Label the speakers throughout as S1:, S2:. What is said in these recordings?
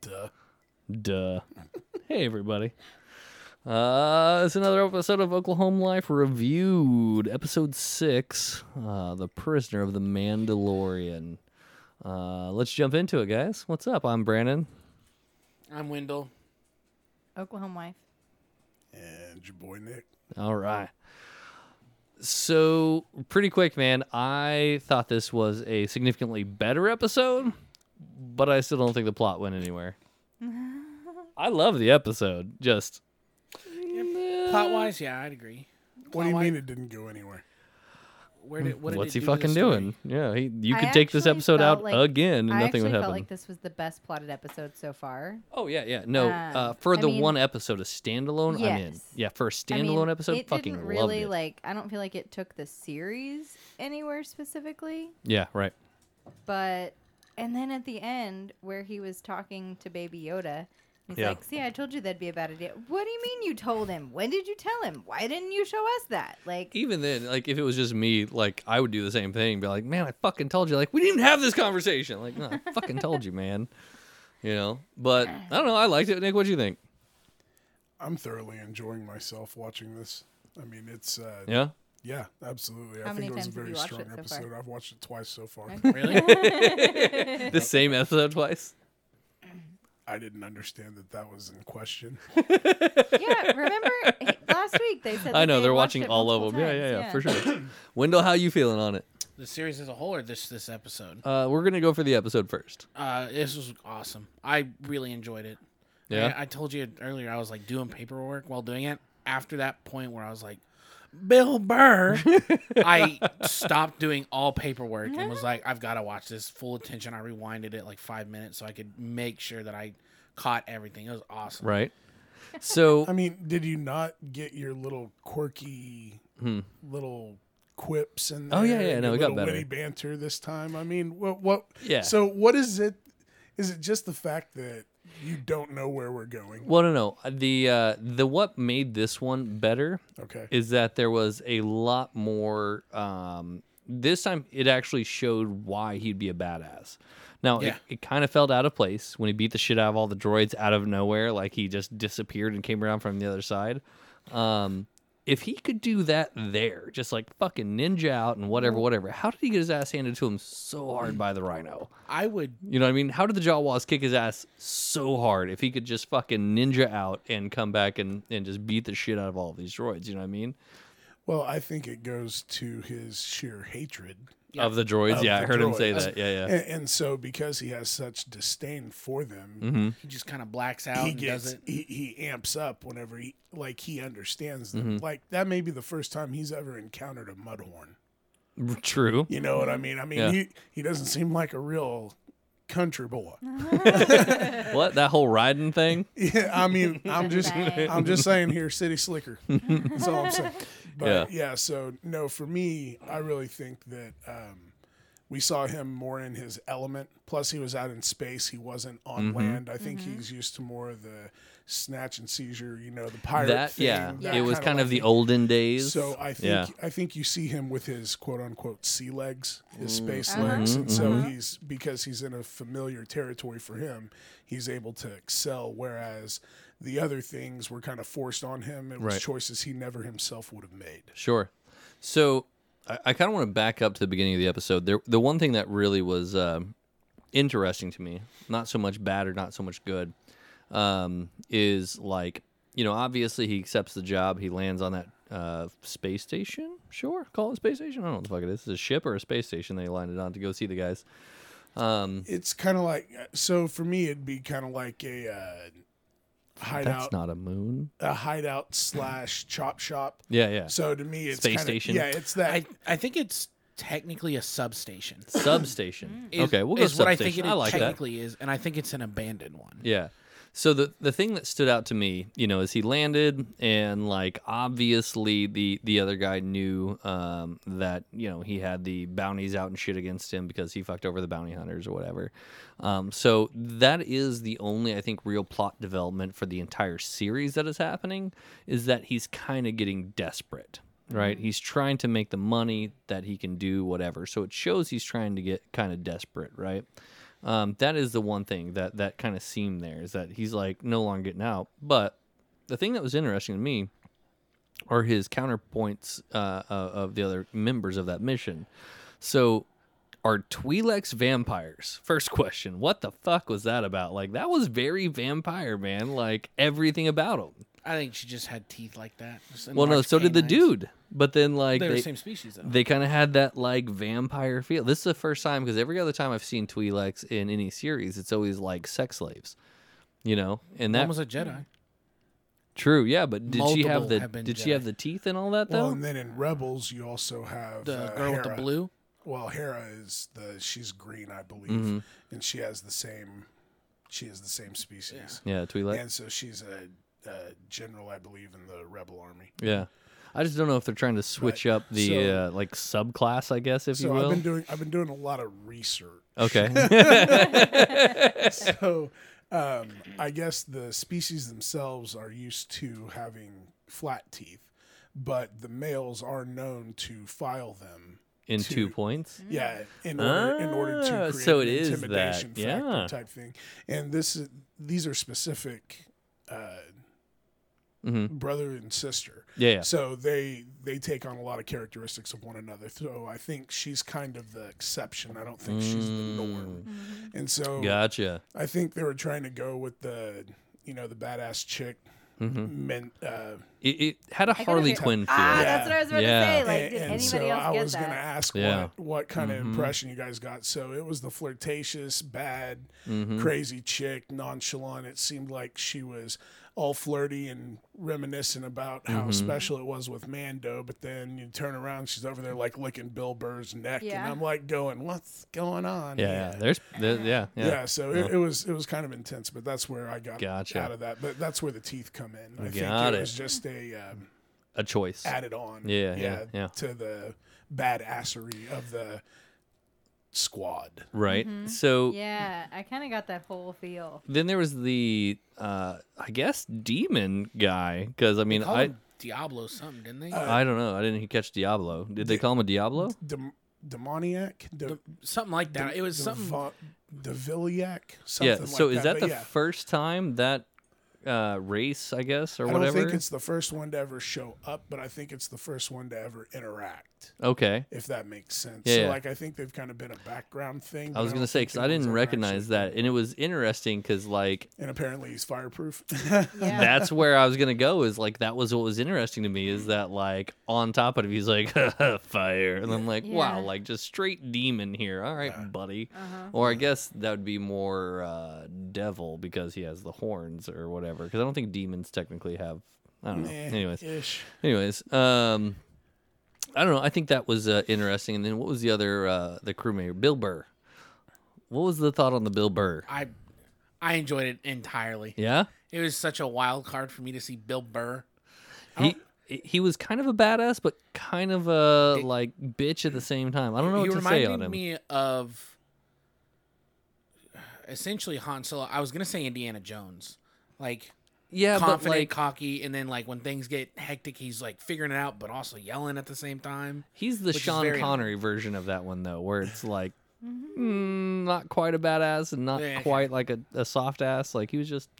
S1: Duh.
S2: Duh. hey, everybody. Uh, it's another episode of Oklahoma Life Reviewed, episode six, uh, The Prisoner of the Mandalorian. Uh, let's jump into it, guys. What's up? I'm Brandon.
S1: I'm Wendell.
S3: Oklahoma wife.
S1: And your boy Nick.
S2: All right. So, pretty quick, man. I thought this was a significantly better episode, but I still don't think the plot went anywhere. I love the episode. Just
S4: Plot wise, yeah, I'd agree.
S1: What do you
S4: Why-
S1: mean it didn't go anywhere?
S4: Where did what did
S2: what's he
S4: it do to the
S2: fucking
S4: story?
S2: doing? Yeah, he, you
S3: I
S2: could take this
S3: actually
S2: episode
S3: felt
S2: out
S3: like-
S2: again and
S3: I
S2: nothing
S3: actually
S2: would happen.
S3: felt like this was the best plotted episode so far.
S2: Oh yeah, yeah. No,
S3: Um,
S2: uh, for
S3: I
S2: the
S3: mean-
S2: one episode of standalone, I'm in.
S3: Yes.
S2: Yeah, for a
S3: I mean,
S2: standalone episode,
S3: it
S2: fucking
S3: didn't
S2: loved
S3: really
S2: it.
S3: like. I don't feel like it took the series anywhere specifically,
S2: yeah, right.
S3: but and then at the end where he was talking to Baby Yoda. He's
S2: Yeah.
S3: like, see, I told you that'd be a bad idea. What do you mean you told him? When did you tell him? Why didn't you show us that? Like,
S2: Even then, like if it was just me, like I would do the same thing. Be like, man, I fucking told you. Like we didn't have this conversation. Like no, I fucking told you, man. You know, but I don't know. I liked it, Nick. What do you think?
S1: I'm thoroughly enjoying myself watching this. I mean, it's uh, yeah.
S2: Yeah.
S1: absolutely.
S3: How
S1: I think
S3: many
S1: it was
S3: times
S1: a
S3: have
S1: very
S3: you watched
S1: strong
S3: it so far?
S1: episode. I've watched it twice so far.
S4: Really?
S2: The same episode twice.
S1: I didn't understand that that was in question.
S3: yeah, remember he- last week they said
S2: I
S3: that
S2: know
S3: they
S2: they're
S3: watched
S2: watching
S3: it
S2: all of them.
S3: multiple
S2: yeah, yeah, yeah,
S3: times,
S2: for sure. Wendell, how you feeling on it?
S4: the series as a whole, or this this episode?
S2: Uh, we're gonna go for the episode first.
S4: Uh, this was awesome. I really enjoyed it.
S2: Yeah.
S4: I, I told you earlier. I was like doing paperwork while doing it. After that point where I was like, Bill Burr, I stopped doing all paperwork and was like, I've got to watch this full attention. I rewinded it like five minutes so I could make sure that I caught everything. It was awesome.
S2: Right. So
S1: I mean, did you not get your little quirky little quips and
S2: Hmm. Oh, yeah, yeah, no, it got better.
S1: witty banter this time? I mean, what what?
S2: Yeah.
S1: So what is it? Is it just the fact that you don't know where we're going?
S2: Well, no, no. The uh, the what made this one better
S1: Okay.
S2: is that there was a lot more. Um, this time, it actually showed why he'd be a badass. Now,
S4: Yeah.
S2: it, it kind of felt out of place when he beat the shit out of all the droids out of nowhere, like he just disappeared and came around from the other side. Um, if he could do that there, just like fucking ninja out and whatever, whatever, how did he get his ass handed to him so hard by the rhino?
S4: I would
S2: You know what I mean? How did the Jawas kick his ass so hard if he could just fucking ninja out and come back and, and just beat the shit out of all of these droids? You know what I mean?
S1: Well, I think it goes to his sheer hatred.
S2: Of the droids.
S1: Of
S2: yeah, I
S1: the
S2: heard him say
S1: droids.
S2: that. Yeah, yeah.
S1: And, and so, because he has such disdain for them,
S2: Mm-hmm.
S4: he just kind of blacks out
S1: he
S4: and
S1: gets
S4: does it.
S1: he, he amps up whenever he like he understands them.
S2: Mm-hmm.
S1: Like that may be the first time he's ever encountered a mudhorn.
S2: True.
S1: You know what I mean? I mean
S2: Mm-hmm. Yeah.
S1: he he doesn't seem like a real country boy.
S2: What? That whole riding thing?
S1: Yeah, I mean I'm just
S3: Right.
S1: I'm just saying here, city slicker. That's all I'm saying. But yeah. so no, for me, I really think that um, we saw him more in his element. Plus, he was out in space; he wasn't on
S2: Mm-hmm.
S1: land. I think he's used to more of the snatch and seizure. You know, the pirate.
S2: That,
S1: thing,
S2: yeah.
S1: that
S2: It was
S1: kinda
S2: kind of
S1: like-
S2: the olden days.
S1: So I think
S2: Yeah.
S1: I think you see him with his quote unquote sea legs, his
S4: Mm.
S1: space
S4: Uh-huh.
S1: legs, and so
S4: Mm-hmm.
S1: he's because he's in a familiar territory for him, he's able to excel. Whereas the other things were kind of forced on him. It was
S2: Right.
S1: choices he never himself would have made.
S2: Sure. So I, I kind of want to back up to the beginning of the episode. There, the one thing that really was um interesting to me, not so much bad or not so much good, um, is like you know, obviously he accepts the job. He lands on that uh, space station. Sure, call it a space station. I don't know what the fuck it is. It's a ship or a space station. They landed on to go see the guys. Um,
S1: It's kind of like uh, so for me, it'd be kind of like a uh,
S2: that's
S1: hideout,
S2: not a moon.
S1: a hideout slash chop shop.
S2: Yeah, yeah.
S1: So to me, it's
S2: Space
S1: kinda-
S2: station.
S1: Yeah, it's that.
S4: I, I think it's technically a substation.
S2: substation.
S4: Mm. is-
S2: okay, we'll go
S4: is what I think
S2: substation.
S4: it
S2: I like that.
S4: technically is, and I think it's an abandoned one.
S2: Yeah. So the the thing that stood out to me, you know, is he landed and like obviously the the other guy knew um, that you know he had the bounties out and shit against him because he fucked over the bounty hunters or whatever. Um, so that is the only I think real plot development for the entire series that is happening is that he's kind of getting desperate. Right, he's trying to make the money that he can do whatever. So it shows he's trying to get kind of desperate, right? Um, that is the one thing that that kind of seemed there is that he's like no longer getting out. But the thing that was interesting to me are his counterpoints uh, uh, of the other members of that mission. So, are Twi'leks vampires? First question: What the fuck was that about? Like that was very vampire, man. Like everything about him.
S4: I think she just had teeth like that. just
S2: Well, no,
S4: enlarged
S2: so did the
S4: canines.
S2: dude. But then, like
S4: They're
S2: they-
S4: the same species though.
S2: they kind of had that like vampire feel. This is the first time because every other time I've seen Twi'leks in any series, it's always like sex slaves, you know. And that
S4: One
S2: was
S4: was a Jedi.
S2: true, yeah. But did she have
S4: Multiple
S2: the
S4: have been
S2: did she have
S4: Jedi.
S2: the teeth and all that though?
S1: Well, and then in Rebels, you also have
S4: The
S1: uh,
S4: girl with the
S1: Hera.
S4: blue.
S1: Well, Hera is the she's green, I believe,
S2: Mm-hmm.
S1: and she has the same she is the same species,
S2: yeah, Twi'lek.
S1: and so she's a, a general, I believe, in the Rebel army.
S2: Yeah, I just don't know if they're trying to switch up the
S1: So-
S2: uh, like subclass, I guess, if you
S1: So I've
S2: will.
S1: been doing I've been doing a lot of research.
S2: okay,
S1: so um, I guess the species themselves are used to having flat teeth, but the males are known to file them.
S2: in two
S1: Two.
S2: points.
S1: Yeah, in order, in order to
S2: Ah,
S1: create
S2: so
S1: an
S2: it is that,
S1: intimidation factor
S2: yeah.
S1: type thing. And this is, these are specific uh,
S2: Mhm.
S1: brother and sister.
S2: Yeah, yeah.
S1: So they they take on a lot of characteristics of one another. So I think she's kind of the exception. I don't think she's the
S2: Mm.
S1: norm. And so
S2: Gotcha.
S1: I think they were trying to go with the, you know, the badass chick.
S2: Mm.
S1: Men, uh,
S2: Mm-hmm. It, it had a
S3: I gotta
S2: Harley
S3: figure-
S2: Quinn feel.
S3: Ah, that's what I was about
S2: Yeah.
S3: to say. Like,
S1: and,
S3: did
S1: and
S3: anybody
S1: so
S3: else
S1: I
S3: get
S1: was
S3: that?
S1: going to ask
S2: Yeah. Mm-hmm.
S1: what, what kind of impression you guys got. So it was the flirtatious, bad,
S2: Mm-hmm.
S1: crazy chick, nonchalant. It seemed like she was all flirty and reminiscent about how
S2: Mm-hmm.
S1: special it was with Mando. But then you turn around, she's over there like licking Bill Burr's neck,
S3: Yeah.
S1: and I'm like going, "What's going on?"
S2: yeah, yeah.
S1: here?"
S2: There's there, yeah, yeah.
S1: Yeah, so It, it was it was kind of intense, but that's where I got
S2: Gotcha.
S1: out of that. But that's where the teeth come in. I
S2: Got
S1: think
S2: it.
S1: it was just a um,
S2: A choice.
S1: added on.
S2: Yeah, yeah, yeah.
S1: To the badassery of the squad.
S2: Right. So
S3: Yeah, I kind of got that whole feel.
S2: then there was the uh i guess demon guy because i mean
S4: Called
S2: i
S4: him Diablo something, didn't
S1: uh,
S4: they?
S2: i don't know i didn't catch diablo did they call him a diablo
S1: Dem- demoniac, de-
S4: something like that. it was something.
S1: devo- deviliac, something
S2: yeah
S1: like
S2: so is that
S1: But
S2: the
S1: yeah,
S2: first time that uh race i guess or
S1: I don't
S2: whatever
S1: think it's the first one to ever show up, but I think it's the first one to ever interact.
S2: okay
S1: If that makes sense.
S2: Yeah,
S1: so
S2: yeah.
S1: like I think they've kind of been a background thing.
S2: i was gonna say because i didn't recognize that and it was interesting because like
S1: And apparently he's fireproof.
S3: Yeah.
S2: that's where I was gonna go. Is like that was what was interesting to me is that like on top of it, he's like fire, and I'm like, wow,
S3: Yeah.
S2: like just straight demon here. All right, buddy. Or I guess that would be more uh, devil because he has the horns or whatever. Because I don't think demons technically have. I don't know.
S1: Eh,
S2: Anyways,
S1: ish.
S2: anyways, um, I don't know. I think that was uh, interesting. And then what was the other uh, the crewmate? Bill Burr. What was the thought on the Bill Burr?
S4: I I enjoyed it entirely.
S2: Yeah.
S4: It was such a wild card for me to see Bill Burr. Oh.
S2: he he was kind of a badass, but kind of a like bitch at the same time. I don't know
S4: he
S2: what to say on
S4: reminded
S2: him.
S4: me of essentially Han Solo. I was gonna say Indiana Jones, like
S2: yeah, but
S4: confident,
S2: like
S4: cocky, and then like when things get hectic, he's like figuring it out, but also yelling at the same time.
S2: he's the
S4: is
S2: Sean
S4: very- Mm-hmm.
S2: Connery version of that one though, where it's like mm, not quite a badass and not
S4: Yeah.
S2: quite like a, a soft ass. Like he was just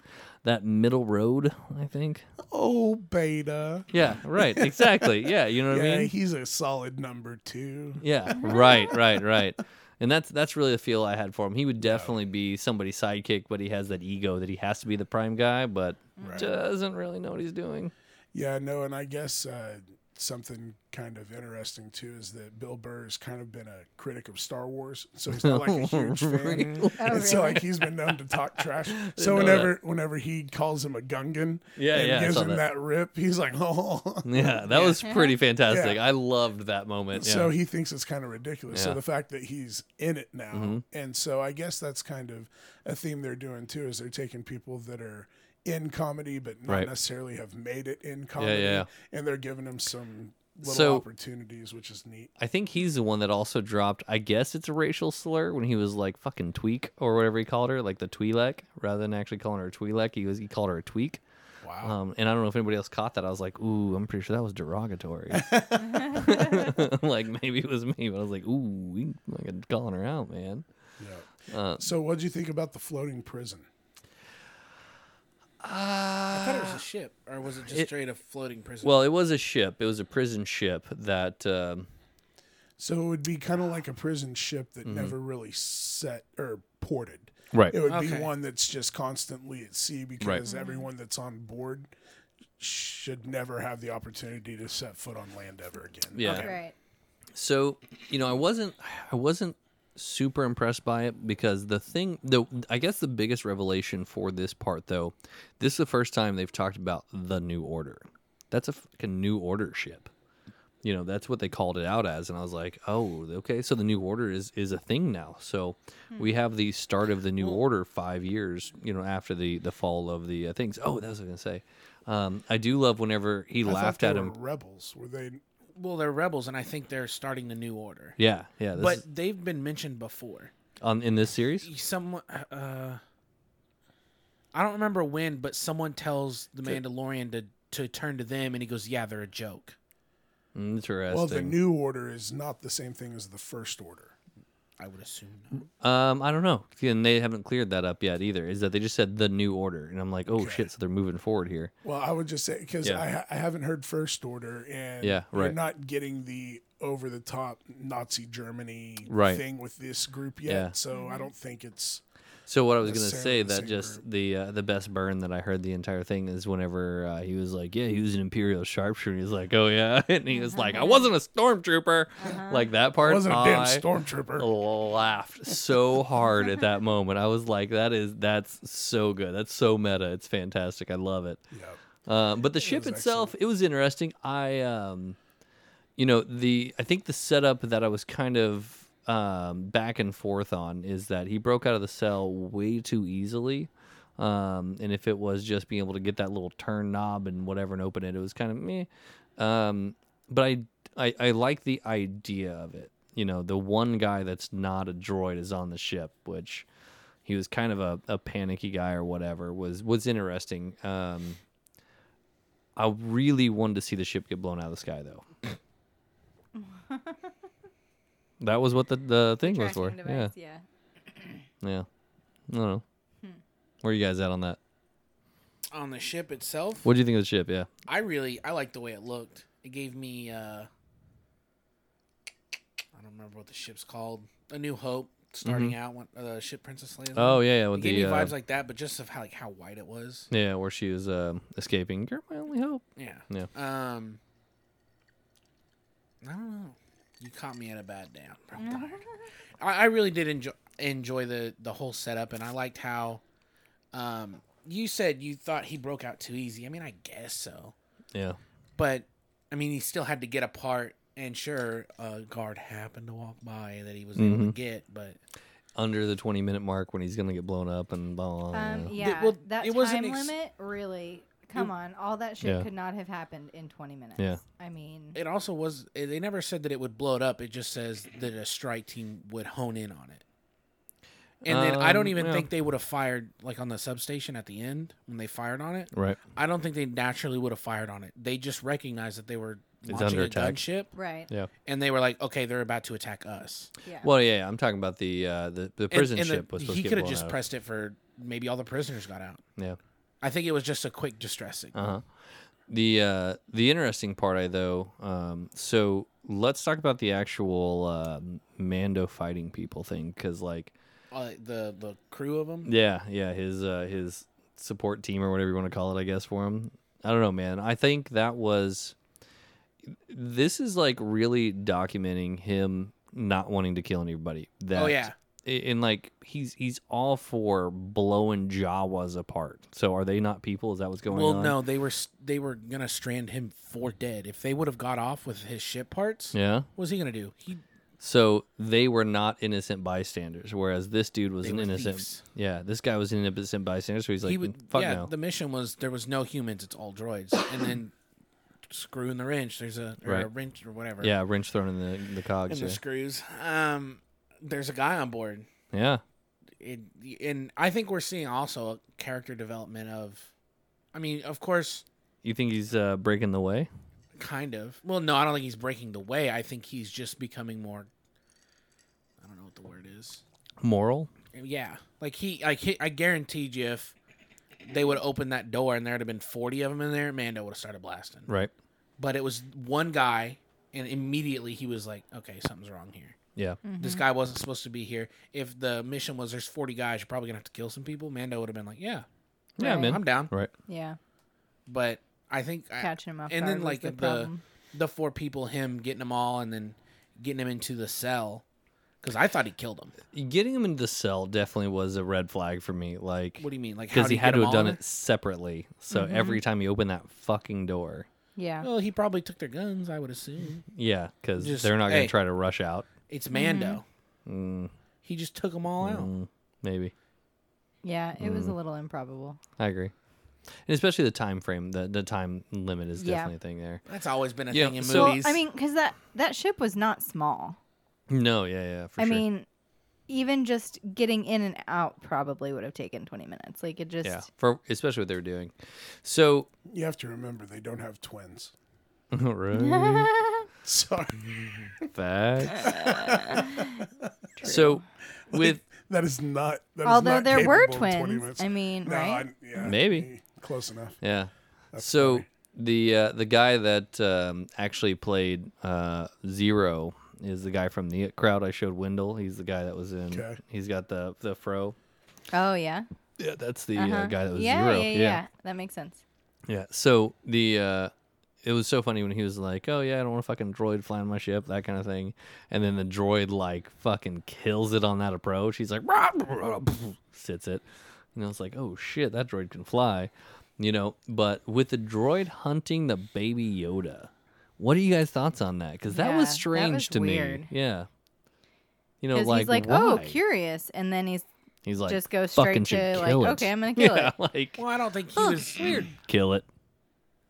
S2: that middle road, I think.
S1: Oh beta.
S2: Yeah, right, exactly. Yeah, you know what
S1: Yeah,
S2: I mean.
S1: he's a solid number two.
S2: Yeah, right, right, right. And that's that's really the feel I had for him. He would definitely be somebody's sidekick, but he has that ego that he has to be the prime guy, but doesn't really know what he's doing.
S1: Yeah, no, and I guess uh, something kind of interesting too is that Bill Burr's kind of been a critic of Star Wars, so he's not like a huge fan.
S3: Oh,
S1: And so
S3: really?
S1: like he's been known to talk trash. So
S2: know
S1: whenever whenever he calls him a Gungan
S2: Yeah,
S1: and
S2: yeah, I
S1: gives
S2: saw
S1: him
S2: that.
S1: that. rip, he's like, oh.
S2: Yeah, that was pretty fantastic.
S1: Yeah.
S2: I loved that moment. Yeah.
S1: So he thinks it's kind of ridiculous.
S2: Yeah. Mm-hmm.
S1: So the fact that he's in it now, and so I guess that's kind of a theme they're doing too, is they're taking people that are in comedy but not
S2: Right.
S1: necessarily have made it in comedy,
S2: yeah.
S1: and they're giving them some little
S2: So-
S1: opportunities, which is neat.
S2: I think he's the one that also dropped. I guess it's a racial slur when he was like fucking tweak or whatever he called her, like the Twi'lek, rather than actually calling her a Twi'lek. He was he called her a tweak.
S1: Wow.
S2: Um, and I don't know if anybody else caught that. I was like, ooh, I'm pretty sure that was derogatory. like maybe it was me, but I was like, ooh, we fucking calling her out, man. Uh,
S1: So, what would you think about the floating prison?
S4: I thought it was a ship, or was it just
S2: Uh, It-
S4: straight a floating prison?
S2: well, it was a ship. It was a prison ship that. Um,
S1: So it would be kind of like a prison ship that never really set or ported.
S2: Mm-hmm. right.
S1: It would be
S4: Okay.
S1: one that's just constantly at sea because everyone that's on board should never have the opportunity to set foot on land ever again.
S2: Yeah.
S3: Right.
S2: So you know, I wasn't. I wasn't super impressed by it because the thing the I guess the biggest revelation for this part though, this is the first time they've talked about the new order. That's a fucking new order ship. You know, that's what they called it out as and I was like, "Oh, okay, so the new order is is a thing now." So
S1: Hmm.
S2: we have the start of the new order 5 years, you know, after the the fall of the uh, things. Oh, that's what I was going to say. Um, I do love whenever he
S1: I thought
S2: laughed
S1: they
S2: at
S1: were
S2: him.
S1: Rebels were they?
S4: well, they're rebels, and I think they're starting the new order.
S2: Yeah, yeah, this
S4: but
S2: is,
S4: they've been mentioned before.
S2: um, in this series.
S4: Someone, uh, I don't remember when, but someone tells the Mandalorian to to turn to them, and he goes, "Yeah, they're a joke."
S2: Interesting.
S1: Well, the new order is not the same thing as the first order.
S4: I would assume. Not.
S2: um, I don't know, and they haven't cleared that up yet either. Is that they just said the new order, and I'm like, oh shit, so they're moving forward here.
S1: Well, I would just say because
S2: Yeah.
S1: I, ha- I haven't heard first order, and
S2: Yeah,
S1: we're
S2: right.
S1: not getting the over the top Nazi Germany
S2: Right.
S1: thing with this group yet.
S2: Yeah.
S1: So I don't think it's
S2: So what I was
S1: That's
S2: gonna
S1: Sarah
S2: say
S1: in the
S2: that
S1: same
S2: just
S1: group.
S2: the uh, the best burn that I heard the entire thing is whenever uh, he was like, yeah, he was an imperial sharpshooter. He's like, oh yeah, and he was like, I wasn't a stormtrooper. Like that part,
S1: wasn't a damn
S2: I
S1: stormtrooper.
S2: laughed so hard at that moment. I was like, that is that's so good. That's so meta. It's fantastic. I love it.
S1: Yeah.
S2: Um, but the ship
S1: was
S2: itself, it was interesting. I, um, you know, the I think the setup that I was kind of um, back and forth on is that he broke out of the cell way too easily. Um, and if it was just being able to get that little turn knob and whatever and open it, it was kind of meh. Um, but I, I, I like the idea of it. You know, the one guy that's not a droid is on the ship, which he was kind of a, a panicky guy or whatever was was interesting. Um, I really wanted to see the ship get blown out of the sky, though. that was what the, the thing was for.
S3: Tracking device,
S2: Yeah, yeah. I don't know. Where you guys at on that?
S4: On the ship itself,
S2: What do you think of the ship? Yeah.
S4: I really I liked the way it looked. It gave me uh I don't remember what the ship's called. A New Hope starting out when uh, ship Princess Leia.
S2: Mm-hmm. Oh yeah, yeah. With
S4: It gave
S2: the
S4: me
S2: uh,
S4: vibes like that, but just of how like how white it was.
S2: yeah, where she was um, escaping. You're my only hope.
S4: Yeah.
S2: Yeah.
S4: Um I don't know. You caught me at a bad day. I'm tired. I, I really did enjoy enjoy the the whole setup and I liked how um you said you thought he broke out too easy. I mean I guess so.
S2: Yeah.
S4: but I mean, he still had to get apart. And sure, a guard happened to walk by that he was
S2: Mm-hmm.
S4: able to get, but
S2: Under the 20 minute mark when he's gonna get blown up and blah. blah, blah.
S3: Um,
S2: Oh, yeah.
S3: yeah.
S4: well,
S3: that
S4: it wasn't
S3: time
S4: ex-
S3: limit really. Come on, all that shit
S2: Yeah.
S3: could not have happened in 20 minutes.
S2: Yeah.
S3: I mean,
S4: it also was. eh, They never said that it would blow it up. It just says that a strike team would hone in on it. And then I
S2: Um,
S4: don't even
S2: yeah.
S4: think they would have fired like on the substation at the end when they fired on it.
S2: Right.
S4: I don't think they naturally would have fired on it. They just recognized that they were
S2: It's
S4: launching
S2: under
S4: a
S2: attack.
S4: gunship,
S3: right.
S2: Yeah.
S4: and they were like, "Okay, they're about to attack us."
S3: Yeah.
S2: Well, yeah, yeah. I'm talking about the uh, the the
S4: And-
S2: prison
S4: and the-
S2: ship was supposed
S4: he
S2: to
S4: could
S2: get
S4: have
S2: blown
S4: just
S2: out.
S4: pressed it for maybe all the prisoners got out.
S2: yeah.
S4: I think it was just a quick distress signal.
S2: Uh huh. The uh, the interesting part, I though, um, so let's talk about the actual um Mando fighting people thing, because like,
S4: uh, the the crew of them.
S2: yeah, yeah, his uh, his support team or whatever you want to call it, I guess for him. I don't know, man. I think that was this is like really documenting him not wanting to kill anybody. That
S4: Oh yeah,
S2: a- and like he's he's all for blowing Jawas apart. So are they not people? Is that what's going
S4: well,
S2: on?
S4: no, they were s- they were gonna strand him for dead. If they would have got off with his ship parts,
S2: Yeah.
S4: what was he gonna do? He
S2: So they were not innocent bystanders, whereas this dude was
S4: They
S2: an
S4: were
S2: innocent.
S4: thieves.
S2: Yeah, this guy was an innocent bystander. So he's like,
S4: he would
S2: "Fuck
S4: yeah.
S2: no."
S4: The mission was there was no humans, it's all droids, and then screw in the wrench. There's a or a
S2: Right.
S4: wrench or whatever.
S2: yeah, wrench thrown in the the
S4: and
S2: cogs.
S4: the
S2: Yeah.
S4: screws. Um, there's a guy on board,
S2: yeah,
S4: it, and I think we're seeing also a character development of. I mean, of course,
S2: you think he's uh, breaking the way?
S4: Kind of. Well, no, I don't think he's breaking the way. I think he's just becoming more. I don't know what the word is.
S2: moral.
S4: Yeah, like he, like he, I guaranteed you, if they would open that door and there'd have been forty of them in there, Mando would have started blasting.
S2: Right.
S4: But it was one guy, and immediately he was like, "Okay, something's wrong here.
S2: Yeah.
S4: This guy wasn't supposed to be here. If the mission was there's forty guys, you're probably gonna have to kill some people." Mando would have been like, "Yeah,
S2: Yeah,
S3: Right.
S2: man.
S4: I'm down."
S2: Right.
S3: Yeah.
S4: But I think I-
S3: Catching him off
S4: and
S3: guard
S4: then
S3: was
S4: like
S3: the
S4: the the,
S3: problem.
S4: four people, him getting them all, and then getting him into the cell because I thought he killed them.
S2: Getting him into the cell definitely was a red flag for me. Like,
S4: What do you mean? Like
S2: Because
S4: because
S2: he had
S4: get Mm-hmm.
S2: to have
S4: 'em all
S2: done
S4: in
S2: it separately. So every time he opened that fucking door,
S3: Yeah.
S4: there? Well, he probably took their guns. I would assume
S2: yeah, because
S4: Just,
S2: they're not going to
S4: hey.
S2: try to rush out.
S4: it's
S3: Mm-hmm.
S4: Mando.
S2: Mm,
S4: He just took them all out.
S2: mm, maybe
S3: Yeah. It
S2: Mm.
S3: was a little improbable.
S2: I agree, and especially the time frame. The the time limit is
S3: Yeah.
S2: definitely a thing there.
S4: That's always been a
S2: Yeah,
S4: thing in
S2: so-
S3: Well,
S4: movies.
S3: I mean, because that that ship was not small.
S2: No, yeah, yeah, for
S3: I
S2: sure.
S3: mean, even just getting in and out probably would have taken twenty minutes. Like it just.
S2: yeah, for especially what they were doing. So
S1: You have to remember they don't have twins.
S2: right,
S1: Sorry,
S2: facts. so with
S1: that is not. That is
S3: Although
S1: not
S3: there were
S1: capable in 20
S3: twins.
S1: minutes.
S3: I mean,
S1: No,
S3: right?
S1: I- yeah,
S2: Maybe.
S1: close enough.
S2: Yeah. so the uh, the guy that um, actually played uh, Zero is the guy from the It crowd I showed Wendell. He's the guy that was in.
S1: Okay.
S2: He's got the the fro.
S3: oh yeah.
S2: Yeah, that's the
S3: Uh-huh.
S2: uh, guy that was
S3: yeah,
S2: Zero.
S3: yeah, yeah, yeah. That makes sense.
S2: Yeah. So the uh, it was so funny when he was like, "Oh yeah, I don't want a fucking droid flying my ship," that kind of thing, and then the droid like fucking kills it on that approach. He's like, "Rah, rah, rah," sits it, and I was like, "Oh shit, that droid can fly," you know. But with the droid hunting the baby Yoda, what are you guys thoughts on that? Because that
S3: Yeah, that
S2: was
S3: was
S2: strange to
S3: weird.
S2: me. Yeah. You know,
S3: Because
S2: like,
S3: he's like,
S2: why?
S3: oh, curious, and then he's
S2: He's like,
S3: just goes
S2: "Fucking
S3: straight
S2: should
S3: to like,
S2: kill it."
S3: okay, I'm gonna kill
S2: yeah,
S3: it.
S2: Like,
S4: well, I don't think he was weird.
S2: kill it.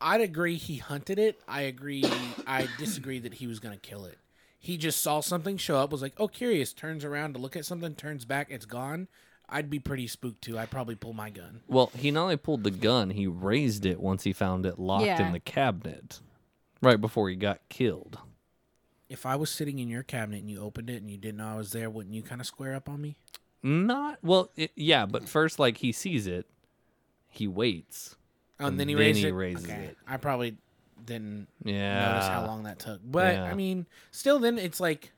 S4: I'd agree he hunted it. I agree. I disagree that he was going to kill it. He just saw something show up, was like, oh, curious, turns around to look at something, turns back, it's gone. I'd be pretty spooked too. I'd probably pull my gun.
S2: Well, he not only pulled the gun, he raised it once he found it locked
S3: Yeah.
S2: in the cabinet right before he got killed.
S4: If I was sitting in your cabinet and you opened it and you didn't know I was there, wouldn't you kind of square up on me?
S2: Not well, it, yeah, but first, like, he sees it, he waits.
S4: Oh, and,
S2: And
S4: then he
S2: Mm, then
S4: raised
S2: he
S4: it.
S2: raises
S4: Okay.
S2: it.
S4: I probably didn't
S2: Yeah,
S4: notice how long that took. But
S2: Yeah.
S4: I mean, still, then it's like,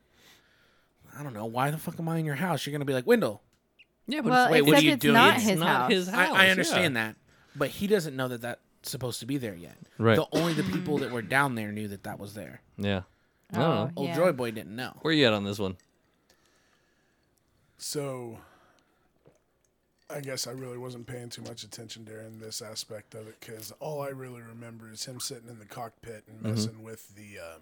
S4: I don't know. Why the fuck am I in your house? You're gonna be like, Wendell.
S2: yeah, but
S3: Well,
S2: it's, wait, what
S3: except
S2: are you
S3: it's
S2: doing?
S3: not
S2: it's
S3: his
S2: not
S3: house.
S2: his house.
S4: I, I understand that, but he doesn't know that that's supposed to be there yet.
S2: Right.
S4: The only the people that were down there knew that that was there.
S2: that. Yeah, I don't know.
S3: Oh.
S4: Old
S3: Yeah.
S4: Droid Boy didn't know.
S2: Where you at on this one?
S1: So I guess I really wasn't paying too much attention during this aspect of it because all I really remember is him sitting in the cockpit and
S2: Mm-hmm.
S1: messing with the um,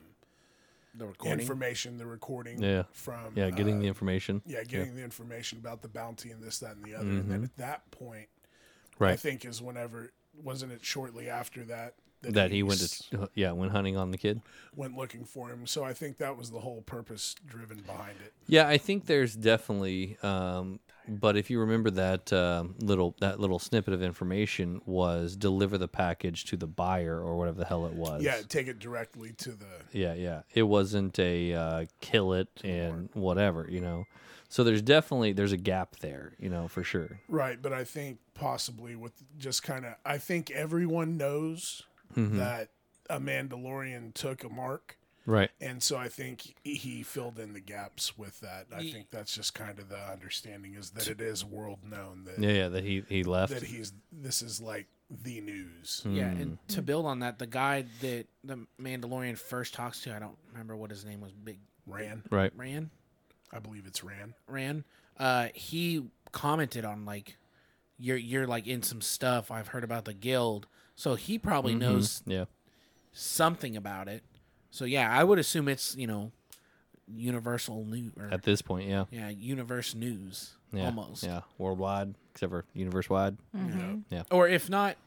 S4: The recording.
S1: information, the recording
S2: Yeah.
S1: from
S2: Yeah, getting
S1: uh,
S2: the information.
S1: yeah getting the information about the bounty and this, that, and the other. And then at that point, I
S2: Mm-hmm. Right.
S1: think is whenever wasn't it shortly after that
S2: That he went
S1: s-
S2: to, yeah, went hunting on the kid.
S1: went looking for him. So I think that was the whole purpose driven behind it.
S2: Yeah, I think there's definitely, um, but if you remember that um little that little snippet of information was deliver the package to the buyer or whatever the hell it was.
S1: Yeah, take it directly to the
S2: yeah, yeah. It wasn't a uh, kill it and whatever, you know. So there's definitely there's a gap there, you know, for sure.
S1: Right, but I think possibly with just kind of, I think everyone knows
S2: Mm-hmm.
S1: that a Mandalorian took a mark,
S2: Right.
S1: and so I think he- he filled in the gaps with that. I think that's just kind of the understanding is that it is world known that
S2: Yeah, yeah. That he he left.
S1: that he's this is like the news.
S4: Hmm. Yeah, and
S2: Mm.
S4: to build on that, the guy that the Mandalorian first talks to, I don't remember what his name was, Big
S1: Ran,
S2: right.
S4: Ran.
S1: I believe it's Ran.
S4: Ran, uh, he commented on like, you're you're like in some stuff. I've heard about the guild, so he probably knows
S2: Mm-hmm. Yeah.
S4: something about it. So yeah, I would assume it's you know, universal news or
S2: At this point, yeah.
S4: yeah, universe news
S2: Yeah.
S4: almost.
S2: Yeah. Worldwide, except for universe wide.
S3: Mm-hmm.
S1: Yeah.
S4: Or if not,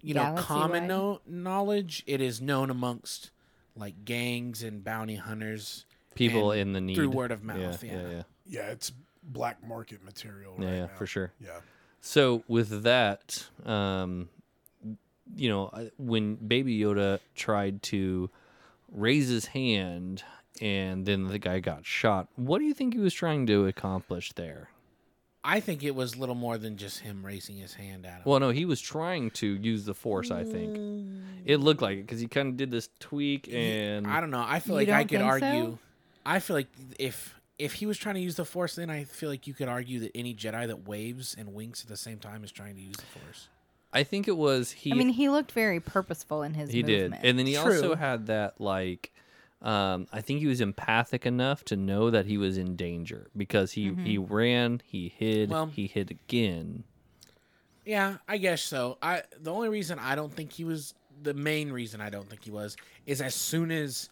S4: you know,
S3: Galaxy-wide.
S4: common no- knowledge, it is known amongst like gangs and bounty hunters.
S2: People
S4: and
S2: in the need
S4: through word of mouth. Yeah,
S2: Yeah. Yeah.
S1: Yeah, it's black market material.
S2: Yeah.
S1: right
S2: yeah
S1: now.
S2: for sure.
S1: Yeah,
S2: So with that, um, you know, I- when Baby Yoda tried to raise his hand and then the guy got shot, what do you think he was trying to accomplish there?
S4: I think it was little more than just him raising his hand at him.
S2: Well, no, he was trying to use the force. I
S4: Mm.
S2: think it looked like it because he kind of did this tweak and
S4: I don't know. I feel
S3: You
S4: like I
S3: don't
S4: could
S3: think so?
S4: argue. I feel like if if he was trying to use the force, then I feel like you could argue that any Jedi that waves and winks at the same time is trying to use the force.
S2: I think it was he.
S3: I mean, he looked very purposeful in his
S2: he did,
S3: movement.
S2: and then he
S4: True.
S2: also had that like. Um, I think he was empathic enough to know that he was in danger because he he
S3: Mm-hmm.
S2: ran, he hid,
S4: Well-
S2: he hid again.
S4: Yeah, I guess so. I the only reason I don't think he was the main reason I don't think he was is as soon as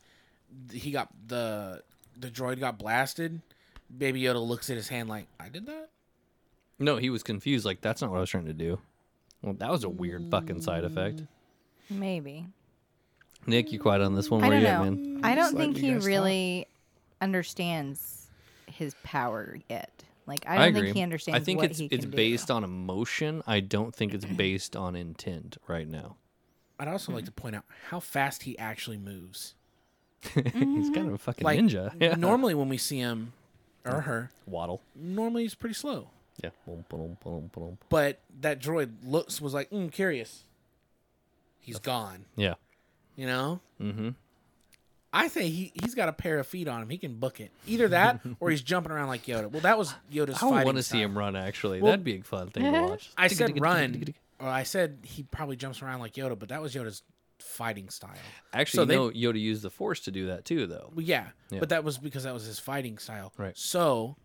S4: he got the the droid got blasted, Baby Yoda looks at his hand like I did that.
S2: No, he was confused. Like that's not what I was trying to do. Well, that was a weird fucking side effect.
S3: Mm. Maybe.
S2: Nick, you quiet on this one.
S3: I
S2: Where
S3: don't
S2: you at,
S3: know.
S2: man?
S3: I
S4: Just
S3: don't
S4: let
S3: think
S4: you
S3: he
S4: guys
S3: really understands his power yet. Like I don't
S2: I agree.
S3: think he understands.
S2: I think
S3: what
S2: it's
S3: he
S2: it's
S3: can do.
S2: based on emotion. I don't think it's based on intent right now.
S4: I'd also
S3: Mm-hmm.
S4: like to point out how fast he actually moves.
S2: He's
S3: Mm-hmm.
S2: kind of a fucking
S4: Like
S2: ninja. Yeah.
S4: normally when we see him or her,
S2: Waddle.
S4: normally he's pretty slow.
S2: Yeah. Boom, boom, boom, boom.
S4: But that droid looks was like, mm, curious. He's gone.
S2: Yeah.
S4: You know? Mm-hmm. I say he he's got a pair of feet on him. He can book it. Either that or he's jumping around like Yoda. Well, that was Yoda's
S2: I
S4: fighting
S2: want to see
S4: style.
S2: him run. Actually,
S4: Well-
S2: that'd be a fun thing to watch.
S4: I said run. Or I said he probably jumps around like Yoda, but that was Yoda's fighting style.
S2: Actually,
S4: So they-
S2: no. Yoda used the Force to do that too, though.
S4: Well, yeah,
S2: Yeah.
S4: but that was because that was his fighting style.
S2: Right.
S4: So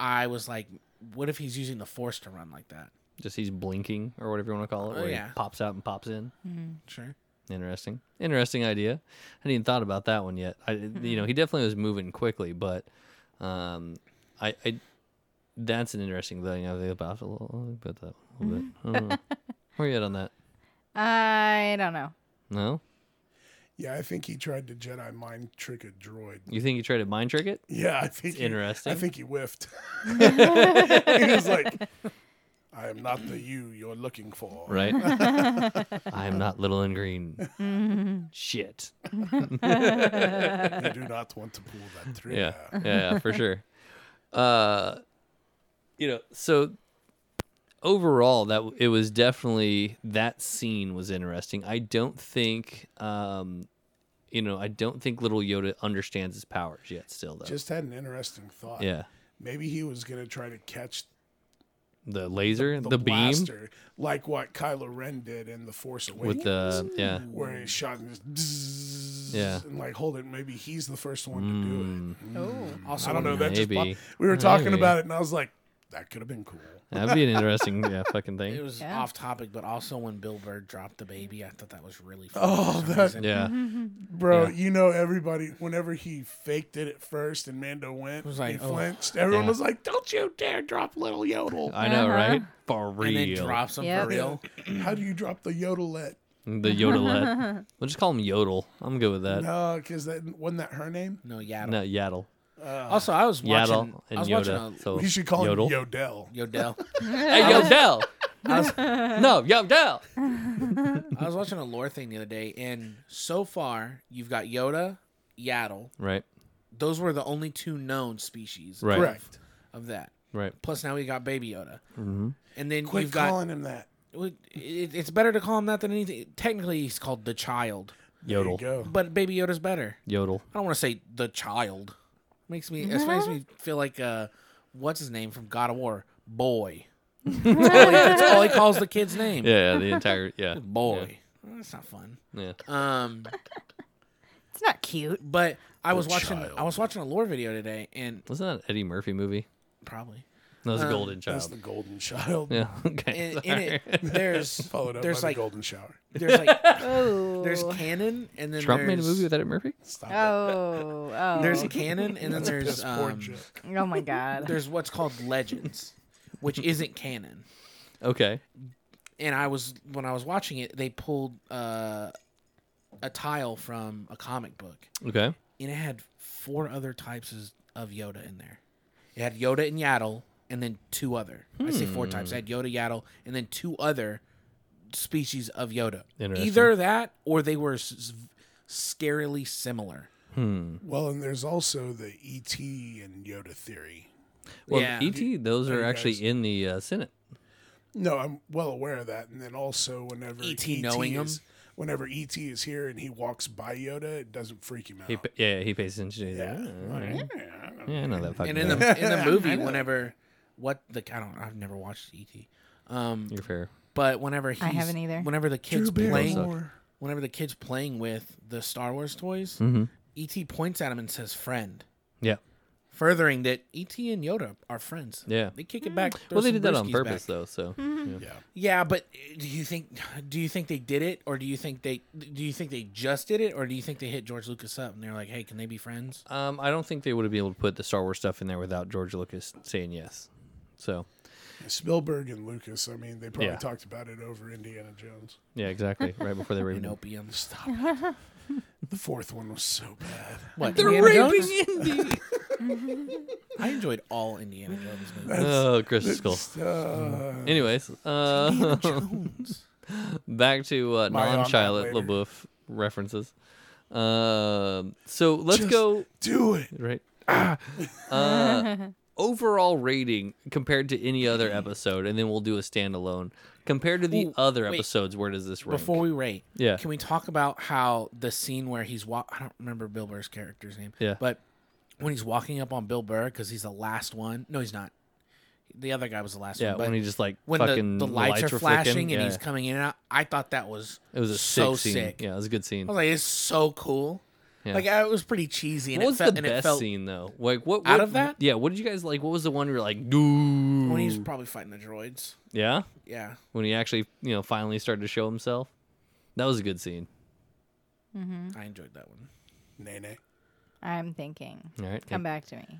S4: I was like, what if he's using the force to run like that?
S2: Just he's blinking or whatever you want to call it,
S4: Oh,
S2: where
S4: yeah.
S2: he pops out and pops in.
S4: Sure.
S2: Interesting, interesting idea. I hadn't even thought about that one yet. I, you know, he definitely was moving quickly, but um, I, I, that's an interesting thing. I think about a little, I'll think about that a little bit. I don't know. Where you at on that?
S3: I don't know.
S2: No,
S1: Yeah, I think he tried to Jedi mind trick a droid.
S2: you think you tried to mind trick it?
S1: Yeah, I think he-
S2: interesting.
S1: I think he whiffed. he was like, "I am not the you you're looking for."
S2: Right. I am not little and green. Shit.
S1: I do not want to pull that trigger.
S2: yeah, yeah, yeah, for sure. Uh, you know, so overall, that it was definitely that scene was interesting. I don't think, um, you know, I don't think little Yoda understands his powers yet. Still, though,
S1: Just had an interesting thought.
S2: yeah,
S1: Maybe he was gonna try to catch
S2: the laser, the,
S1: the,
S2: beam
S1: blaster, like what Kylo Ren did in the Force Awakens,
S2: with the yeah.
S1: where he shot and, just bzzz,
S2: Yeah.
S1: and like hold it. Maybe he's the first one to do it.
S3: Oh,
S4: Also,
S1: Mm. I don't know. That just
S2: Maybe.
S1: popped- we
S4: Mm.
S1: were talking
S2: Maybe.
S1: about it, and I was like, that could have been cool.
S2: That'd be an interesting yeah fucking
S4: It
S2: thing.
S4: was
S3: Yeah.
S4: off topic, but also when Bill Bird dropped the baby, I thought that was really funny.
S1: Oh,
S4: for some
S1: that-
S4: reason.
S2: Yeah,
S1: Bro,
S2: Yeah.
S1: you know everybody. Whenever he faked it at first, and Mando went,
S4: was like,
S1: he
S4: oh.
S1: flinched. Everyone
S2: Yeah.
S1: was like, "Don't you dare drop little yodel!"
S2: I know,
S3: Uh-huh.
S2: right? For
S4: And
S2: real,
S4: then drops him
S3: Yep.
S4: for real.
S1: How do you drop the yodelet?
S2: the Yodelette. we'll just call him Yodel. I'm good with that.
S1: No, because that wasn't that her name.
S4: No, Yaddle.
S2: No, Yaddle.
S4: Also, I was watching.
S2: Yaddle
S4: I
S2: and
S4: was
S2: Yoda.
S4: watching
S2: So
S1: You should call
S2: Yodel.
S1: him Oh, Yodel.
S4: a, Yodel.
S2: Hey, Yodel. no, Yodel.
S4: I was watching a lore thing the other day, and so far you've got Yoda, Yaddle.
S2: Right,
S4: Those were the only two known species
S2: right,
S1: Correct.
S4: of that.
S2: right.
S4: Plus, now we got Baby Yoda, mm-hmm. and then
S1: Quit
S4: you've got
S1: calling him that.
S4: Well, it, it's better to call him that than anything. Technically, he's called the child,
S1: There you
S2: Yodel.
S1: go.
S4: but Baby Yoda's better.
S2: Yodel.
S4: I don't want to say the child. Makes me it makes me feel like uh, what's his name from God of War, boy. that's, all he, that's all he calls the kid's name,
S2: Yeah, the entire yeah.
S4: boy. Well, That's not fun.
S2: Yeah.
S4: Um,
S3: it's not cute.
S4: but I was watching
S1: child.
S4: I was watching a lore video today, and
S2: Wasn't that an Eddie Murphy movie?
S4: probably
S2: No, it was Golden
S1: That's
S2: Child.
S1: the golden child.
S2: Yeah. Okay.
S4: Uh, in, in it there's
S1: Followed up
S4: there's
S1: by
S4: like
S1: the golden shower.
S4: there's like
S3: Oh,
S4: there's canon, and then
S2: Trump
S4: there's,
S2: made a movie with Eddie Murphy.
S1: Stop it.
S3: Oh, oh,
S4: There's canon, and then
S1: That's a
S4: there's
S1: piss poor
S4: um,
S1: joke.
S3: oh my god.
S4: there's what's called legends, which isn't canon.
S2: Okay.
S4: And I was when I was watching it, they pulled uh, a tile from a comic book,
S2: Okay.
S4: and it had four other types is- of Yoda in there. It had Yoda and Yaddle, and then two other. I say four types. It had Yoda, Yaddle, and then two other species of Yoda.
S2: Interesting.
S4: Either that, or they were s- s- scarily similar.
S1: Well, and there's also the ET and E Yoda theory.
S2: Well,
S4: Yeah.
S2: ET, those
S1: There
S2: are
S1: you
S2: actually
S1: guys-
S2: in the uh, Senate.
S1: No, I'm well aware of that. And then also, whenever E
S4: ET E knowing him?
S1: is, whenever ET is here and he walks by Yoda, it doesn't freak him out.
S2: He, pa- yeah, he pays attention. to
S1: yeah.
S2: that. Yeah,
S1: Like,
S2: alright.
S1: yeah.
S2: yeah, I know that. Fucking
S4: And in
S2: guy.
S4: the in the movie, whenever what the I don't I've never watched ET. Um,
S2: you're fair.
S4: but whenever he's,
S3: haven't either.
S4: Whenever the kids
S1: Drew
S4: playing,
S1: Barrymore.
S4: whenever the kids playing with the Star Wars toys,
S2: Mhm.
S4: ET points at him and says "friend,"
S2: Yeah.
S4: furthering that ET and Yoda are friends.
S2: Yeah.
S4: they kick it back. throw
S2: Well, they
S4: some
S2: did that on
S4: brewskis
S2: purpose,
S4: back. Mm-hmm.
S2: though. So yeah.
S1: Yeah.
S4: Yeah, but uh, do you think do you think they did it, or do you think they do you think they just did it, or do you think they hit George Lucas up and they're like, "Hey, can they be friends?"
S2: Um, I don't think they would have been able to put the Star Wars stuff in there without George Lucas saying yes. So
S1: Spielberg and Lucas. I mean, they probably
S2: Yeah.
S1: talked about it over Indiana Jones.
S2: yeah, exactly. Right before they were
S4: And
S2: even
S4: opium. Stop.
S1: The fourth one was so bad.
S4: What?
S2: They're
S4: Indiana
S2: raping
S4: Jones? I enjoyed all Indiana Jones movies.
S2: Oh, Chris Skull.
S1: Uh,
S2: Anyways, uh,
S4: Indiana Jones.
S2: back to uh,
S1: My
S2: non
S1: on that
S2: Shia
S1: later.
S2: LaBeouf references. Um, so let's
S1: Just-
S2: go
S1: do it.
S2: right.
S4: Ah.
S2: uh, overall rating compared to any other episode, and then we'll do a standalone. Compared to the
S4: Ooh,
S2: other
S4: wait.
S2: episodes, where does this rank?
S4: Before we rate,
S2: Yeah.
S4: can we talk about how the scene where he's wa- I don't remember Bill Burr's character's name,
S2: Yeah.
S4: but when he's walking up on Bill Burr because he's the last one. No, he's not. The other guy was the last
S2: yeah,
S4: one. but
S2: when he just like
S4: when the,
S2: fucking
S4: the lights, are
S2: were
S4: flashing
S2: flicking,
S4: and
S2: yeah.
S4: he's coming in and out, I thought that was
S2: It was a
S4: so
S2: sick,
S4: sick.
S2: scene. Yeah, it was a good scene.
S4: I was like, it's so cool.
S2: Yeah.
S4: Like I- it was pretty cheesy and
S2: what
S4: it
S2: was
S4: felt
S2: the
S4: and it
S2: best
S4: felt
S2: scene though? Like what,
S4: Out
S2: what-
S4: of that?
S2: Yeah, what did you guys like? What was the one where you're like, dude?
S4: when he's probably fighting the droids.
S2: yeah,
S4: Yeah.
S2: when he actually you know finally started to show himself. That was a good scene.
S4: I enjoyed that one.
S1: Nene.
S3: I'm thinking.
S2: All right.
S3: Come back to me.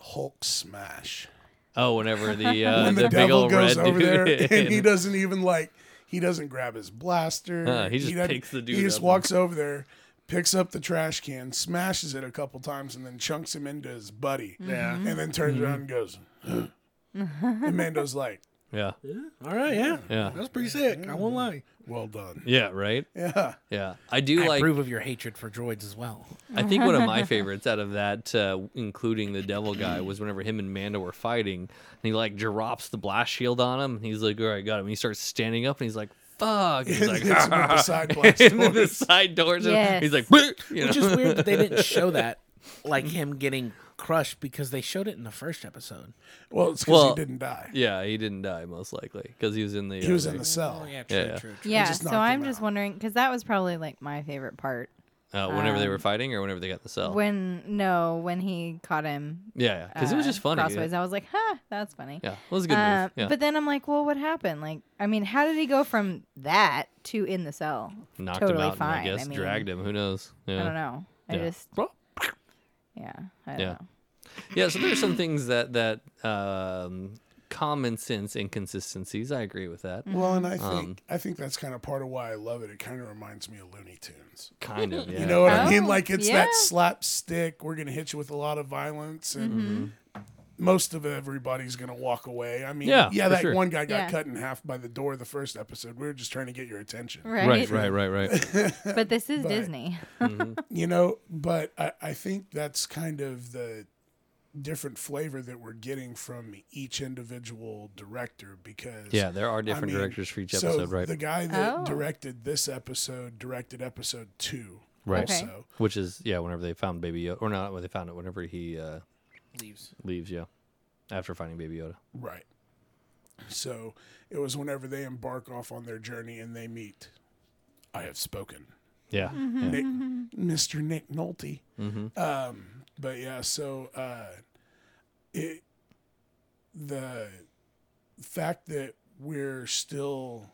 S1: Hulk smash.
S2: Oh, whenever the uh,
S1: when the,
S2: the big
S1: devil
S2: old
S1: goes
S2: red
S1: over
S2: dude.
S1: there and he doesn't even like he doesn't grab his blaster.
S2: Uh, he just
S1: doesn't-
S2: picks the dude
S1: He just
S2: up.
S1: walks over there, picks up the trash can, smashes it a couple times, and then chunks him into his buddy.
S4: Yeah.
S2: Mm-hmm.
S1: And then turns around and goes. and Mando's like,
S2: yeah,
S4: All right, yeah.
S2: yeah,
S4: That's pretty sick. I won't lie.
S1: "Well done."
S2: yeah. Right.
S1: Yeah.
S2: Yeah, I do
S4: I
S2: like.
S4: approve of your hatred for droids as well.
S2: I think one of my favorites out of that, uh, including the devil guy, was whenever him and Mando were fighting, and he like drops the blast shield on him, and he's like, "All right, got him." And he starts standing up, and he's like, "Fuck!" And he's like,
S1: Hits him with the
S2: and
S1: side
S2: then
S1: blaster.
S2: the side doors.
S3: Yes.
S2: And he's like, "Bleh," you know?
S4: Which is weird that they didn't show that, like him getting crushed, because they showed it in the first episode.
S1: Well, it's because
S2: Well-
S1: he didn't die.
S2: yeah, he didn't die most likely because he was in the.
S1: He was
S2: uh,
S1: in the cell.
S4: Oh, true,
S2: Yeah.
S4: true,
S3: Yeah,
S1: just
S3: so
S1: knocked
S3: I'm
S1: him
S3: just
S1: out.
S3: wondering because that was probably like my favorite part.
S2: uh, whenever they were fighting or whenever they got in the cell.
S3: Um, When no, when he caught him
S2: yeah, because it was
S3: uh,
S2: just funny.
S3: Crossways,
S2: Yeah,
S3: I was like, huh, that's funny.
S2: Yeah, it was a good
S3: Uh,
S2: move. Yeah,
S3: But then I'm like, well, what happened? Like, I mean, how did he go from that to in the cell?
S2: knocked
S3: totally
S2: him out.
S3: fine.
S2: And, I guess
S3: mean,
S2: dragged him. Who knows? Yeah.
S3: I don't know. I
S2: Yeah.
S3: just yeah, I don't
S2: Yeah.
S3: know.
S2: yeah so there's some things that that um common sense inconsistencies i agree with
S3: Mm,
S2: that
S1: Well, and I think
S2: Um,
S1: I think that's kind of part of why I love it. It kind of reminds me of Looney Tunes.
S2: kind of yeah
S1: You know what I
S3: Oh,
S1: mean? Like it's
S3: yeah.
S1: that slapstick. We're gonna hit you with a lot of violence, and
S3: Mm-hmm.
S1: most of everybody's gonna walk away. I mean,
S2: Yeah,
S1: yeah,
S2: for
S1: that
S2: sure.
S1: one guy got
S3: Yeah.
S1: cut in half by the door the first episode. We were just trying to get your attention,
S2: right
S3: Right,
S2: right right right
S3: But this is
S1: But-
S3: Disney.
S1: you know. But I, I think that's kind of the different flavor that we're getting from each individual director because
S2: yeah there are
S1: I
S2: different
S1: mean,
S2: directors for each
S1: so
S2: episode right
S1: The guy that
S3: Oh.
S1: directed this episode directed episode two,
S2: Right.
S3: Okay.
S1: Also,
S2: which is yeah whenever they found baby yoda or not when they found it whenever he uh
S4: Leaves.
S2: leaves yeah after finding baby yoda
S1: Right. So it was whenever they embark off on their journey and they meet. I have spoken,
S2: yeah,
S3: Mm-hmm.
S2: yeah.
S1: Nick, Mr. Nick Nolte. Um, but yeah, so uh, it the fact that we're still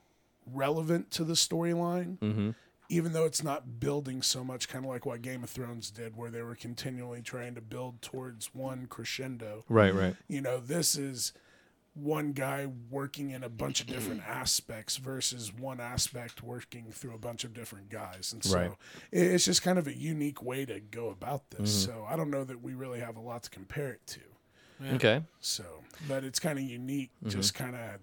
S1: relevant to the storyline,
S2: Mm-hmm.
S1: even though it's not building so much, kind of like what Game of Thrones did, where they were continually trying to build towards one crescendo
S2: right right
S1: you know this is one guy working in a bunch of different aspects versus one aspect working through a bunch of different guys and so
S2: Right.
S1: i- it's just kind of a unique way to go about this so i don't know that we really have a lot to compare it to
S2: okay
S1: so but it's kind of unique just kind of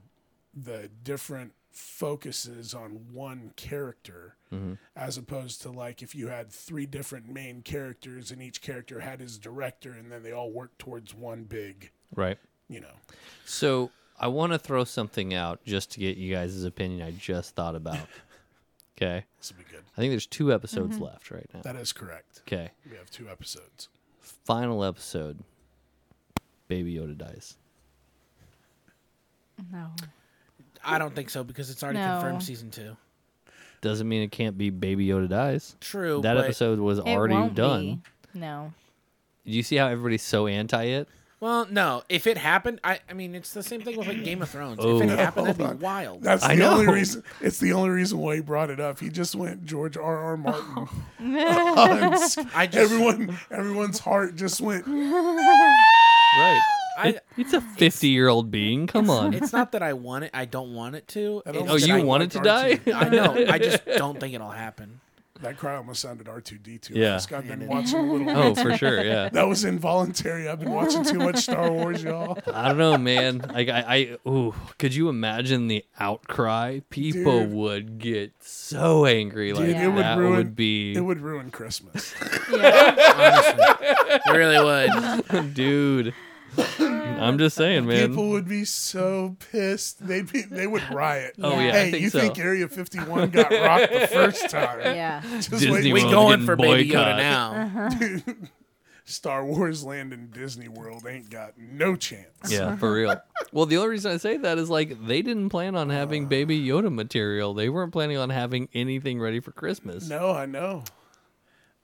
S1: the different focuses on one character as opposed to like if you had three different main characters and each character had his director and then they all work towards one big,
S2: Right.
S1: you know.
S2: So I want to throw something out just to get you guys' opinion. I just thought about. Okay.
S1: This would be good.
S2: I think there's two episodes left right now.
S1: That is correct.
S2: Okay.
S1: We have two episodes.
S2: Final episode. Baby Yoda dies.
S3: No.
S4: I don't think so because it's already
S3: No.
S4: confirmed season two.
S2: Doesn't mean it can't be Baby Yoda dies.
S4: True.
S2: That
S4: Oh, but,
S2: episode was
S3: It
S2: already
S3: won't
S2: done.
S3: Be. No.
S2: Do you see how everybody's so anti it?
S4: Well, no. If it happened, I, I mean, it's the same thing with like Game of Thrones.
S2: Oh.
S4: If it
S2: No,
S4: happened, that'd
S1: hold on.
S4: be wild.
S1: That's the
S2: I
S1: only
S2: know.
S1: reason. It's the only reason why he brought it up. He just went George R.
S2: Oh.
S1: R. Martin. on s-
S4: I just,
S1: everyone, everyone's heart just went.
S2: Right.
S4: I,
S2: It- it's a 50 year old being. Come on.
S4: it's not that I want it. I don't want it to.
S1: That
S4: It's
S1: almost
S2: Oh,
S4: that
S2: you
S4: I,
S2: want it to die?
S1: Archie.
S4: I know. I just don't think it'll happen.
S1: That cry almost sounded R two D two.
S2: Yeah.
S1: I've been watching a little.
S2: oh, for sure. Yeah.
S1: That was involuntary. I've been watching too much Star Wars, y'all.
S2: I don't know, man. Like I, I ooh, could you imagine the outcry? People
S1: Dude.
S2: would get so angry. Like
S1: Dude, it would
S2: that
S1: ruin.
S2: would be,
S1: It would ruin Christmas.
S3: Yeah.
S4: Honestly, it really would.
S2: dude. I'm just saying, man.
S1: People would be so pissed. They'd be. They would riot.
S2: oh yeah,
S3: Yeah.
S1: hey,
S2: I think
S1: you
S2: so.
S1: think Area fifty one got rocked the first time?
S3: yeah.
S1: Just
S2: Disney
S1: wait,
S4: We
S2: World's
S4: going
S2: getting
S4: for Baby Yoda
S2: boycotted.
S4: now.
S1: Star Wars Land and Disney World ain't got no chance.
S2: Yeah, for real. Well, the only reason I say that is like they didn't plan on having Baby Yoda material. They weren't planning on having anything ready for Christmas.
S1: No, I know.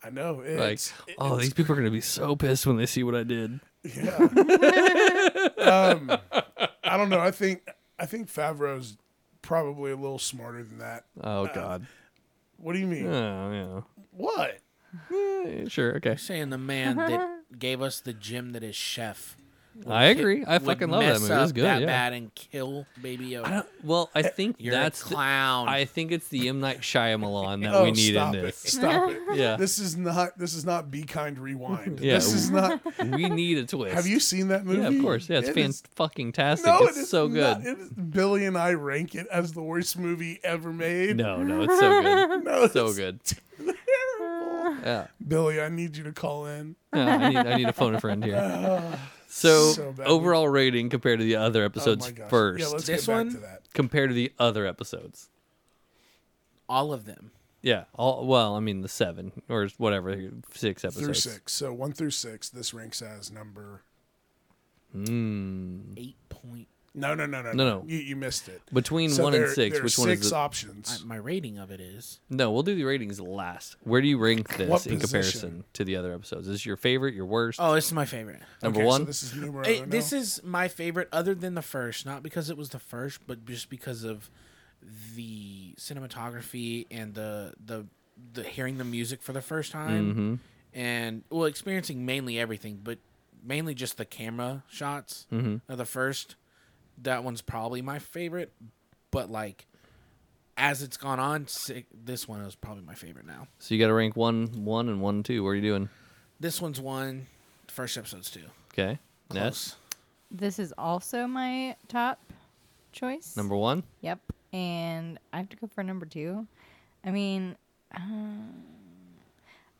S1: I know.
S2: like,
S1: It's, it-
S2: oh, these people are gonna be so pissed when they see what I did.
S1: yeah. um, I don't know. I think I think Favreau's probably a little smarter than that.
S2: Oh God.
S1: What do you mean?
S2: Oh
S1: What?
S2: yeah. Eh, Sure. Okay.
S4: Saying the man that gave us the gym that is chef.
S2: I agree. I
S4: would
S2: fucking love that
S4: mess
S2: movie. It was
S4: up
S2: good.
S4: That
S2: yeah.
S4: bad and kill Baby Yoda.
S2: Well,
S1: Eh,
S2: I think
S4: You're
S2: that's
S4: a
S2: the-
S4: clown.
S2: I think it's the M Night Shyamalan that
S1: oh,
S2: we need in
S1: stop it!
S2: this.
S1: Stop it!
S2: Yeah,
S1: This is not. This is not. Be kind. Rewind.
S2: Yeah.
S1: This is not.
S2: we need a twist.
S1: Have you seen that movie?
S2: Yeah, of course. Yeah, it's
S1: It
S2: fan
S1: is-
S2: fucking tastic.
S1: No,
S2: it's
S1: it is
S2: so
S1: not-
S2: good.
S1: it is, Billy and I rank it as the worst movie ever made.
S2: no, no, it's so good.
S1: no it's
S2: so good.
S1: Terrible.
S2: Yeah.
S1: Billy, I need you to call in.
S2: Yeah, I need I need a phone a friend here. So,
S1: so bad.
S2: overall rating compared to the other
S1: Oh
S2: episodes
S1: my gosh.
S2: first.
S1: Yeah, let's
S4: This
S1: get back
S4: one?
S1: to that.
S2: compared to the other episodes.
S4: All of them.
S2: Yeah. All well, I mean the seven or whatever six episodes.
S1: Through six. So one through six, this ranks as number.
S4: Eight point.
S1: No, no, no, no,
S2: No, no.
S1: You, you missed it.
S2: Between
S1: So
S2: one
S1: there,
S2: and six,
S1: there are
S2: which
S1: six
S2: one is the
S1: options?
S4: My rating of it is
S2: No, we'll do the ratings last. Where do you rank this
S1: What
S2: in comparison
S1: position?
S2: to the other episodes? Is this your favorite, your worst?
S4: Oh, this is my favorite.
S2: Number
S1: Okay, so
S2: one.
S1: this is numero
S4: Hey,
S1: uno.
S4: this is my favorite, other than the first, not because it was the first, but just because of the cinematography and the the, the hearing the music for the first time, and well, experiencing mainly everything, but mainly just the camera shots of the first. That one's probably my favorite, but like as it's gone on, si- this one is probably my favorite now.
S2: so you got to rank one, one, and one, two. What are you doing?
S4: This one's one, the first episode's two.
S2: Okay. Ness,
S3: This is also my top choice.
S2: number one.
S3: Yep. And I have to go for number two. I mean, um,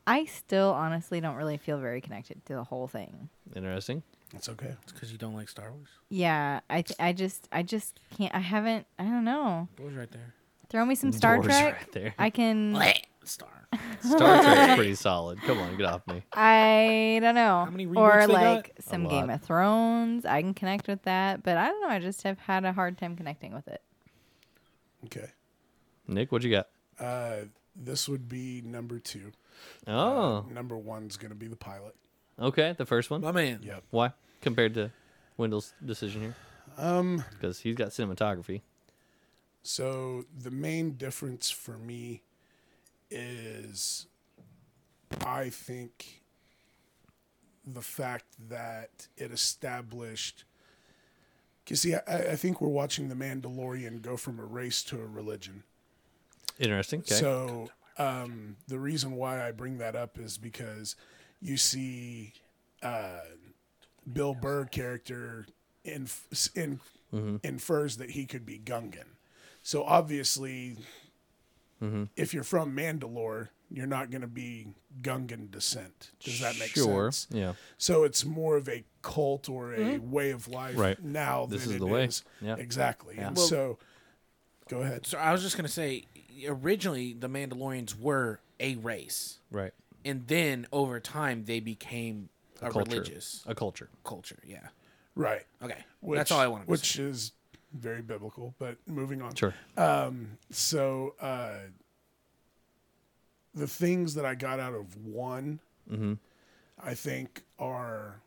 S3: I still honestly don't really feel very connected to the whole thing.
S2: Interesting.
S1: It's okay.
S4: It's because you don't like Star Wars.
S3: Yeah, I, th- I just, I just can't. I haven't. I don't know.
S4: Doors right there.
S3: Throw me some Star
S2: Doors
S3: Trek.
S2: right there.
S3: I can.
S4: Star.
S2: Star Trek's pretty solid. Come on, get off me.
S3: I don't know.
S4: How many
S3: or
S4: reboots they got?
S3: like some
S2: A
S3: Game
S2: lot.
S3: of Thrones. I can connect with that, but I don't know. I just have had a hard time connecting with it.
S1: Okay.
S2: Nick, what you got?
S1: Uh, this would be number two.
S2: Oh,
S1: Number one's gonna be the pilot.
S2: okay. The first one.
S4: My man.
S1: Yep.
S2: Why compared to Wendell's decision here? Um, because he's got cinematography.
S1: So the main difference for me is I think the fact that it established because see I, I think we're watching the Mandalorian go from a race to a religion.
S2: Interesting. Okay.
S1: So um, the reason why I bring that up is because you see uh, Bill
S2: Mm-hmm.
S1: Burr character inf- in, infers that he could be Gungan. So obviously,
S2: Mm-hmm.
S1: if you're from Mandalore, you're not going to be Gungan descent. Does that make
S2: sure.
S1: sense?
S2: Yeah.
S1: So it's more of a cult or a way of life
S2: Right.
S1: now
S2: This
S1: than
S2: is
S1: it
S2: the way.
S1: is.
S2: Yeah.
S1: Exactly. And so, go ahead.
S4: So I was just gonna say, originally the Mandalorians were a race,
S2: Right.
S4: and then over time they became a,
S2: Culture.
S4: religious
S2: A culture.
S4: culture. Yeah.
S1: Right.
S4: Okay.
S1: Which,
S4: That's all I wanted. to
S1: Which is very biblical, but moving on.
S2: Sure.
S1: So uh, the things that I got out of one,
S2: Mm-hmm.
S1: I think, are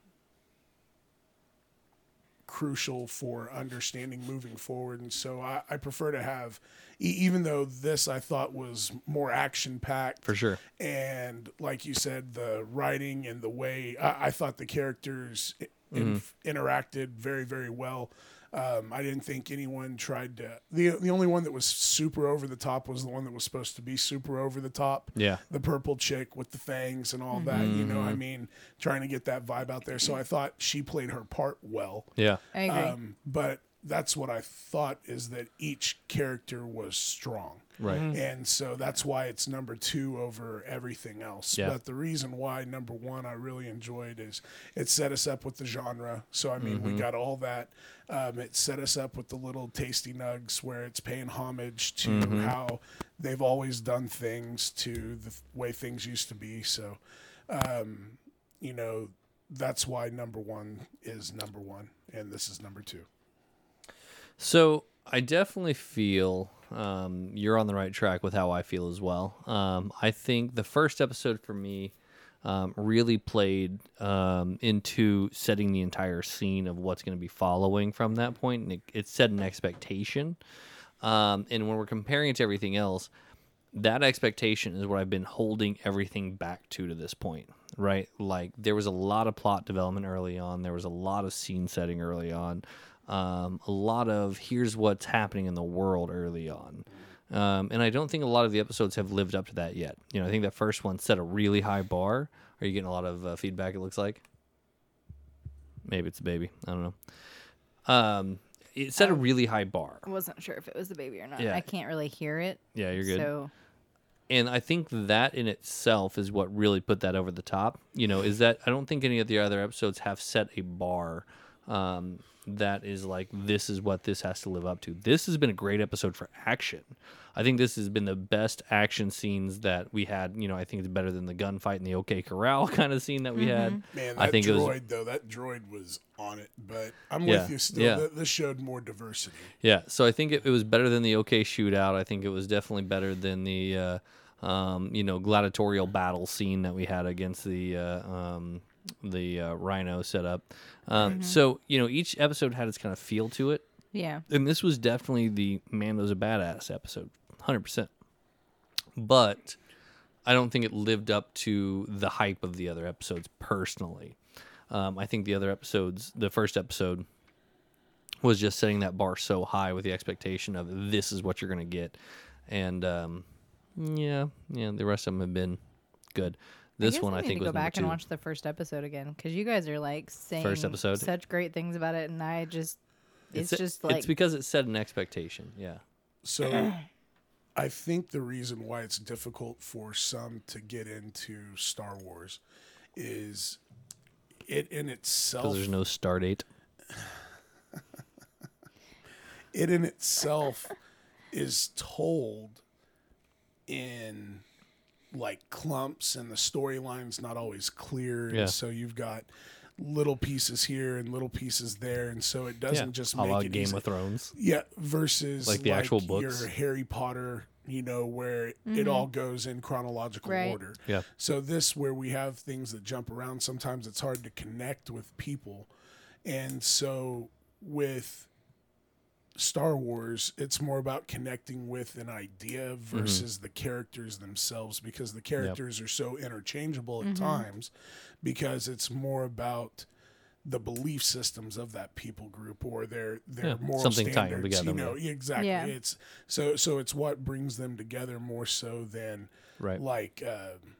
S1: crucial for understanding moving forward. And so I, I prefer to have, e- even though this I thought was more action packed
S2: For sure.
S1: and like you said, the writing and the way I, I thought the characters i- in, interacted very, very well. Um, I didn't think anyone tried to. the The only one that was super over the top was the one that was supposed to be super over the top.
S2: Yeah.
S1: the purple chick with the fangs and all that. You know, I mean, trying to get that vibe out there. So I thought she played her part well.
S2: Yeah.
S3: I agree.
S1: Um, but that's what I thought is that each character was strong.
S2: Right.
S1: And so that's why it's number two over everything else.
S2: Yeah.
S1: But the reason why number one I really enjoyed is it set us up with the genre. So, I mean, we
S2: Mm-hmm.
S1: got all that. Um, it set us up with the little tasty nugs where it's paying homage to
S2: Mm-hmm.
S1: how they've always done things, to the th- way things used to be. So, um, you know, that's why number one is number one. And this is number two.
S2: So I definitely feel um, you're on the right track with how I feel as well. Um, I think the first episode for me um, really played um, into setting the entire scene of what's going to be following from that point, and it, it set an expectation. Um, and when we're comparing it to everything else, that expectation is what I've been holding everything back to to this point, right? Like there was a lot of plot development early on, there was a lot of scene setting early on, um, a lot of here's what's happening in the world early on. Um, and I don't think a lot of the episodes have lived up to that yet. You know, I think that first one set a really high bar. Are you getting a lot of uh, feedback? It looks like maybe it's a baby. I don't know. Um, it set a really high bar.
S3: I wasn't sure if it was the baby or not.
S2: Yeah.
S3: I can't really hear it.
S2: Yeah, you're good.
S3: So
S2: and I think that in itself is what really put that over the top. You know, is that I don't think any of the other episodes have set a bar um, that is like this is what this has to live up to. This has been a great episode for action. I think this has been the best action scenes that we had. You know, I think it's better than the gunfight and the OK Corral kind of scene that we had.
S1: Man, that
S2: I think
S1: droid
S2: it was
S1: though, that droid was on it. But I'm
S2: Yeah,
S1: with you still.
S2: yeah.
S1: Th- This showed more diversity.
S2: Yeah, so I think it, it was better than the OK shootout. I think it was definitely better than the uh, um, you know gladiatorial battle scene that we had against the uh, um, the uh, Rhino setup. Um, So you know each episode had its kind of feel to it,
S3: yeah,
S2: and this was definitely the Mando's a badass episode, hundred percent. But I don't think it lived up to the hype of the other episodes personally. Um, I think the other episodes, the first episode, was just setting that bar so high with the expectation of this is what you're going to get, and um, yeah, yeah, the rest of them have been good. This
S3: guess
S2: one
S3: I
S2: I
S3: need
S2: think
S3: to
S2: was
S3: go
S2: number
S3: back
S2: two.
S3: and watch the first episode again because you guys are like saying
S2: episode?
S3: such great things about it, and I just it's,
S2: it's
S3: just like
S2: because it set an expectation. Yeah,
S1: So I think the reason why it's difficult for some to get into Star Wars is it in
S2: because
S1: itself
S2: there's no star date.
S1: it in itself is told in like clumps and the storyline's not always clear and
S2: Yeah.
S1: so you've got little pieces here and little pieces there and so it doesn't just
S2: a
S1: make
S2: la
S1: it
S2: Game
S1: easy.
S2: of Thrones.
S1: Yeah, versus
S2: Like the actual books?
S1: your Harry Potter, you know, where it all goes in chronological
S3: Right.
S1: order.
S2: Yeah.
S1: So this where we have things that jump around, sometimes it's hard to connect with people. And so with Star Wars, it's more about connecting with an idea
S2: Mm-hmm.
S1: versus the characters themselves because the characters are so interchangeable at times because it's more about the belief systems of that people group or their their
S2: Yeah,
S1: moral
S2: something tying them
S1: standards.
S2: together
S1: you know,
S2: more.
S1: exactly.
S3: Yeah.
S1: It's so so it's what brings them together more so than
S2: Right.
S1: like uh, um,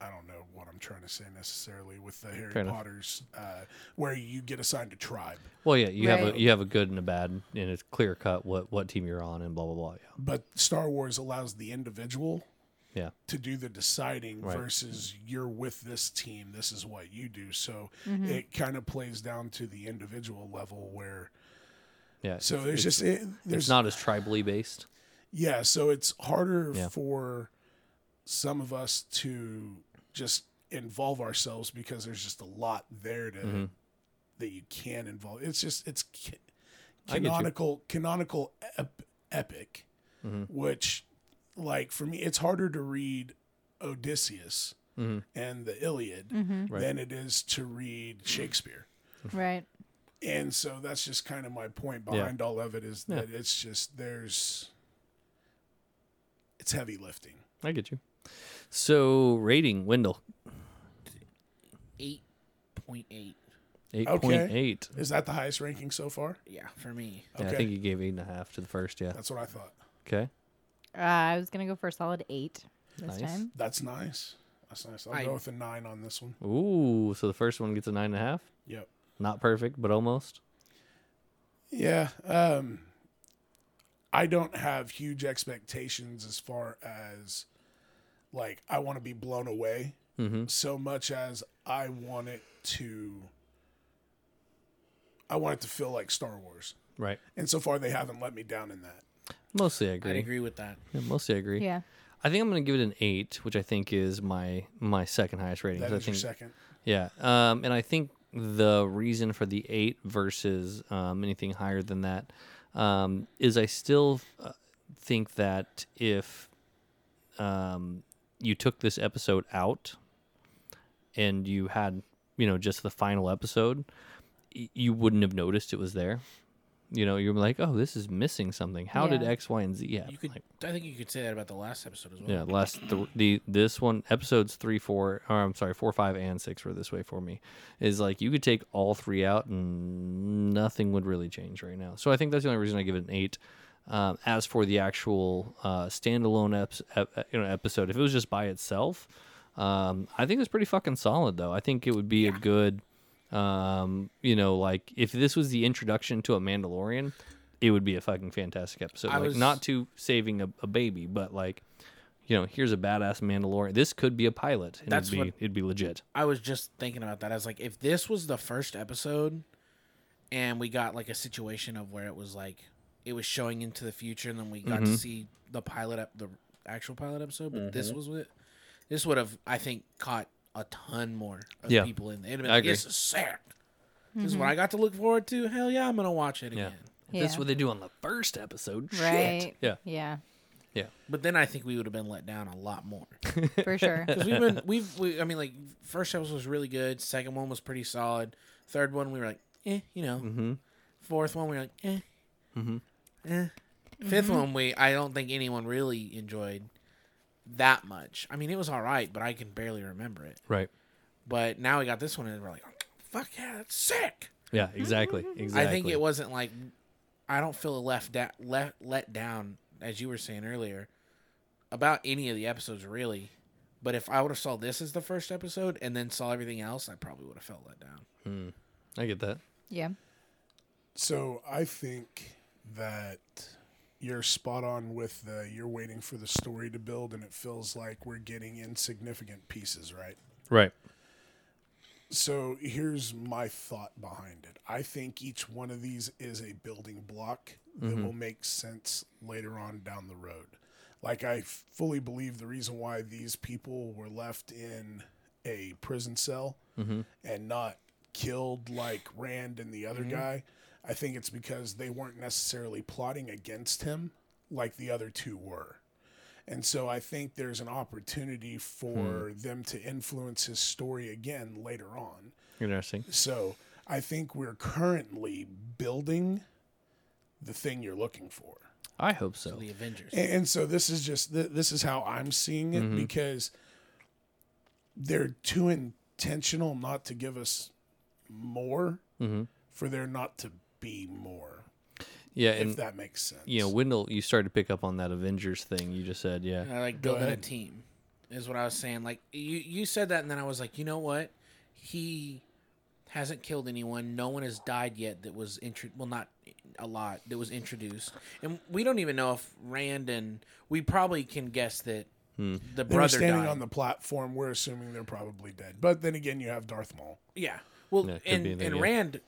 S1: I don't know what I'm trying to say necessarily with the Harry
S2: Fair enough.
S1: Potter's, uh, where you get assigned a tribe.
S2: Well, yeah, you have
S3: Right.
S2: a you have a good and a bad, and it's clear cut what what team you're on and blah blah blah. Yeah,
S1: But Star Wars allows the individual
S2: yeah,
S1: to do the deciding
S2: Right.
S1: versus you're with this team. This is what you do. So it kind of plays down to the individual level where.
S2: yeah.
S1: So
S2: it's,
S1: there's just it,
S2: it's
S1: there's
S2: not as tribally based.
S1: Yeah, so it's harder
S2: Yeah.
S1: for some of us to just involve ourselves because there's just a lot there to
S2: Mm-hmm.
S1: that you can involve. It's just it's ca-
S2: get you.
S1: canonical canonical ep- epic,
S2: Mm-hmm.
S1: which like for me it's harder to read Odysseus and the Iliad
S2: Mm-hmm. Right.
S1: than it is to read Shakespeare.
S3: Right.
S1: And so that's just kind of my point behind all of it is that it's just there's it's heavy lifting.
S2: I get you. So rating Wendell
S4: Eight point eight.
S2: eight point eight.
S1: Is that the highest ranking so far?
S4: Yeah, for me.
S2: Yeah,
S1: Okay.
S2: I think you gave eight and a half to the first. Yeah.
S1: That's what I thought.
S2: Okay.
S3: Uh, I was gonna go for a solid eight this
S2: Nice.
S3: time.
S1: That's nice. That's nice. I'll
S4: I-
S1: go with a nine on this one.
S2: Ooh, so the first one gets a nine and a half.
S1: Yep.
S2: Not perfect, but almost.
S1: Yeah. Um I don't have huge expectations as far as like I want to be blown away
S2: Mm-hmm.
S1: so much as I want it to I want it to feel like Star Wars.
S2: Right.
S1: And so far, they haven't let me down in that.
S2: Mostly I
S4: I
S2: agree.
S4: would agree with that.
S2: Yeah, mostly I agree.
S3: Yeah.
S2: I think I'm going to give it an eight, which I think is my my second highest rating.
S1: That
S2: 'cause I
S1: is your
S2: think-
S1: second.
S2: Yeah, um, and I think the reason for the eight versus um, anything higher than that um, is I still uh, think that if um, you took this episode out and you had you know just the final episode, y- you wouldn't have noticed it was there. You know, you're like, oh, this is missing something. How did
S3: Yeah.
S2: X, Y, and Z happen?
S4: You could.
S2: Like,
S4: I think you could say that about the last episode as well.
S2: yeah, the last th- the this one episodes three, four, or I'm sorry, four, five, and six were this way for me. Is like you could take all three out and nothing would really change right now. So I think that's the only reason I give it an eight. Um, as for the actual uh, standalone eps ep- uh, you know, episode, if it was just by itself, um, I think it's pretty fucking solid though. I think it would be a good, um, you know, like if this was the introduction to a Mandalorian. It would be a fucking fantastic episode.
S4: I
S2: like
S4: was-
S2: not to saving a, a baby, but like you know, here's a badass Mandalorian. This could be a pilot. And
S4: That's
S2: it'd be,
S4: what-
S2: it'd be legit.
S4: I was just thinking about that. I was like, if this was the first episode, and we got like a situation of where it was like it was showing into the future, and then we
S2: Mm-hmm.
S4: got to see the pilot up the actual pilot episode, but this
S2: Mm-hmm.
S4: was it. This would have, I think, caught a ton more of
S2: Yeah.
S4: people in. there. It'd have been
S2: I
S4: like,
S2: agree.
S4: this is sick. This is what I got to look forward to. Hell yeah, I'm gonna watch it
S2: Yeah.
S4: again.
S2: If That's
S3: Yeah.
S2: what they do on the first episode. shit.
S3: Right.
S2: Yeah.
S3: Yeah.
S4: But then I think we would have been let down a lot more.
S3: For sure.
S4: Because we've been, we've, we, I mean, like, first episode was really good. Second one was pretty solid. Third one, we were like, eh, you know. Fourth one, we were like, eh. eh. 5th one, we, I don't think anyone really enjoyed that much. I mean, it was all right, but I can barely remember it.
S2: Right.
S4: But now we got this one, and we're like, fuck yeah, that's sick.
S2: Yeah, exactly. Exactly.
S4: I think it wasn't like, I don't feel left, da- left let down, as you were saying earlier, about any of the episodes, really. But if I would have saw this as the first episode and then saw everything else, I probably would have felt let down.
S2: I get that.
S3: yeah.
S1: So I think that you're spot on with the you're waiting for the story to build, and it feels like we're getting insignificant pieces, right?
S2: Right.
S1: So here's my thought behind it. I think each one of these is a building block that will make sense later on down the road. Like I fully believe the reason why these people were left in a prison cell and not killed like Rand and the other guy, I think it's because they weren't necessarily plotting against him like the other two were. And so I think there's an opportunity for them to influence his story again later on.
S2: Interesting.
S1: So I think we're currently building the thing you're looking for.
S2: I hope so.
S4: The Avengers.
S1: And, and so this is just th- this is how I'm seeing it because they're too intentional not to give us more for there not to be more.
S2: Yeah.
S1: If
S2: And,
S1: that makes sense.
S2: you know, Wendell, you started to pick up on that Avengers thing you just said. Yeah.
S4: I like building a
S1: ahead.
S4: team. is what I was saying. Like you, you said that, and then I was like, you know what? He hasn't killed anyone. No one has died yet. That was intro. Well, not a lot. That was introduced, and we don't even know if Rand and we probably can guess that
S2: Hmm.
S4: the
S1: They were
S4: brother
S1: standing
S4: died.
S1: on the platform. We're assuming they're probably dead. But then again, you have Darth Maul.
S4: yeah. Well,
S2: Yeah, it could
S4: and
S2: be
S4: and
S2: that, yeah.
S4: Rand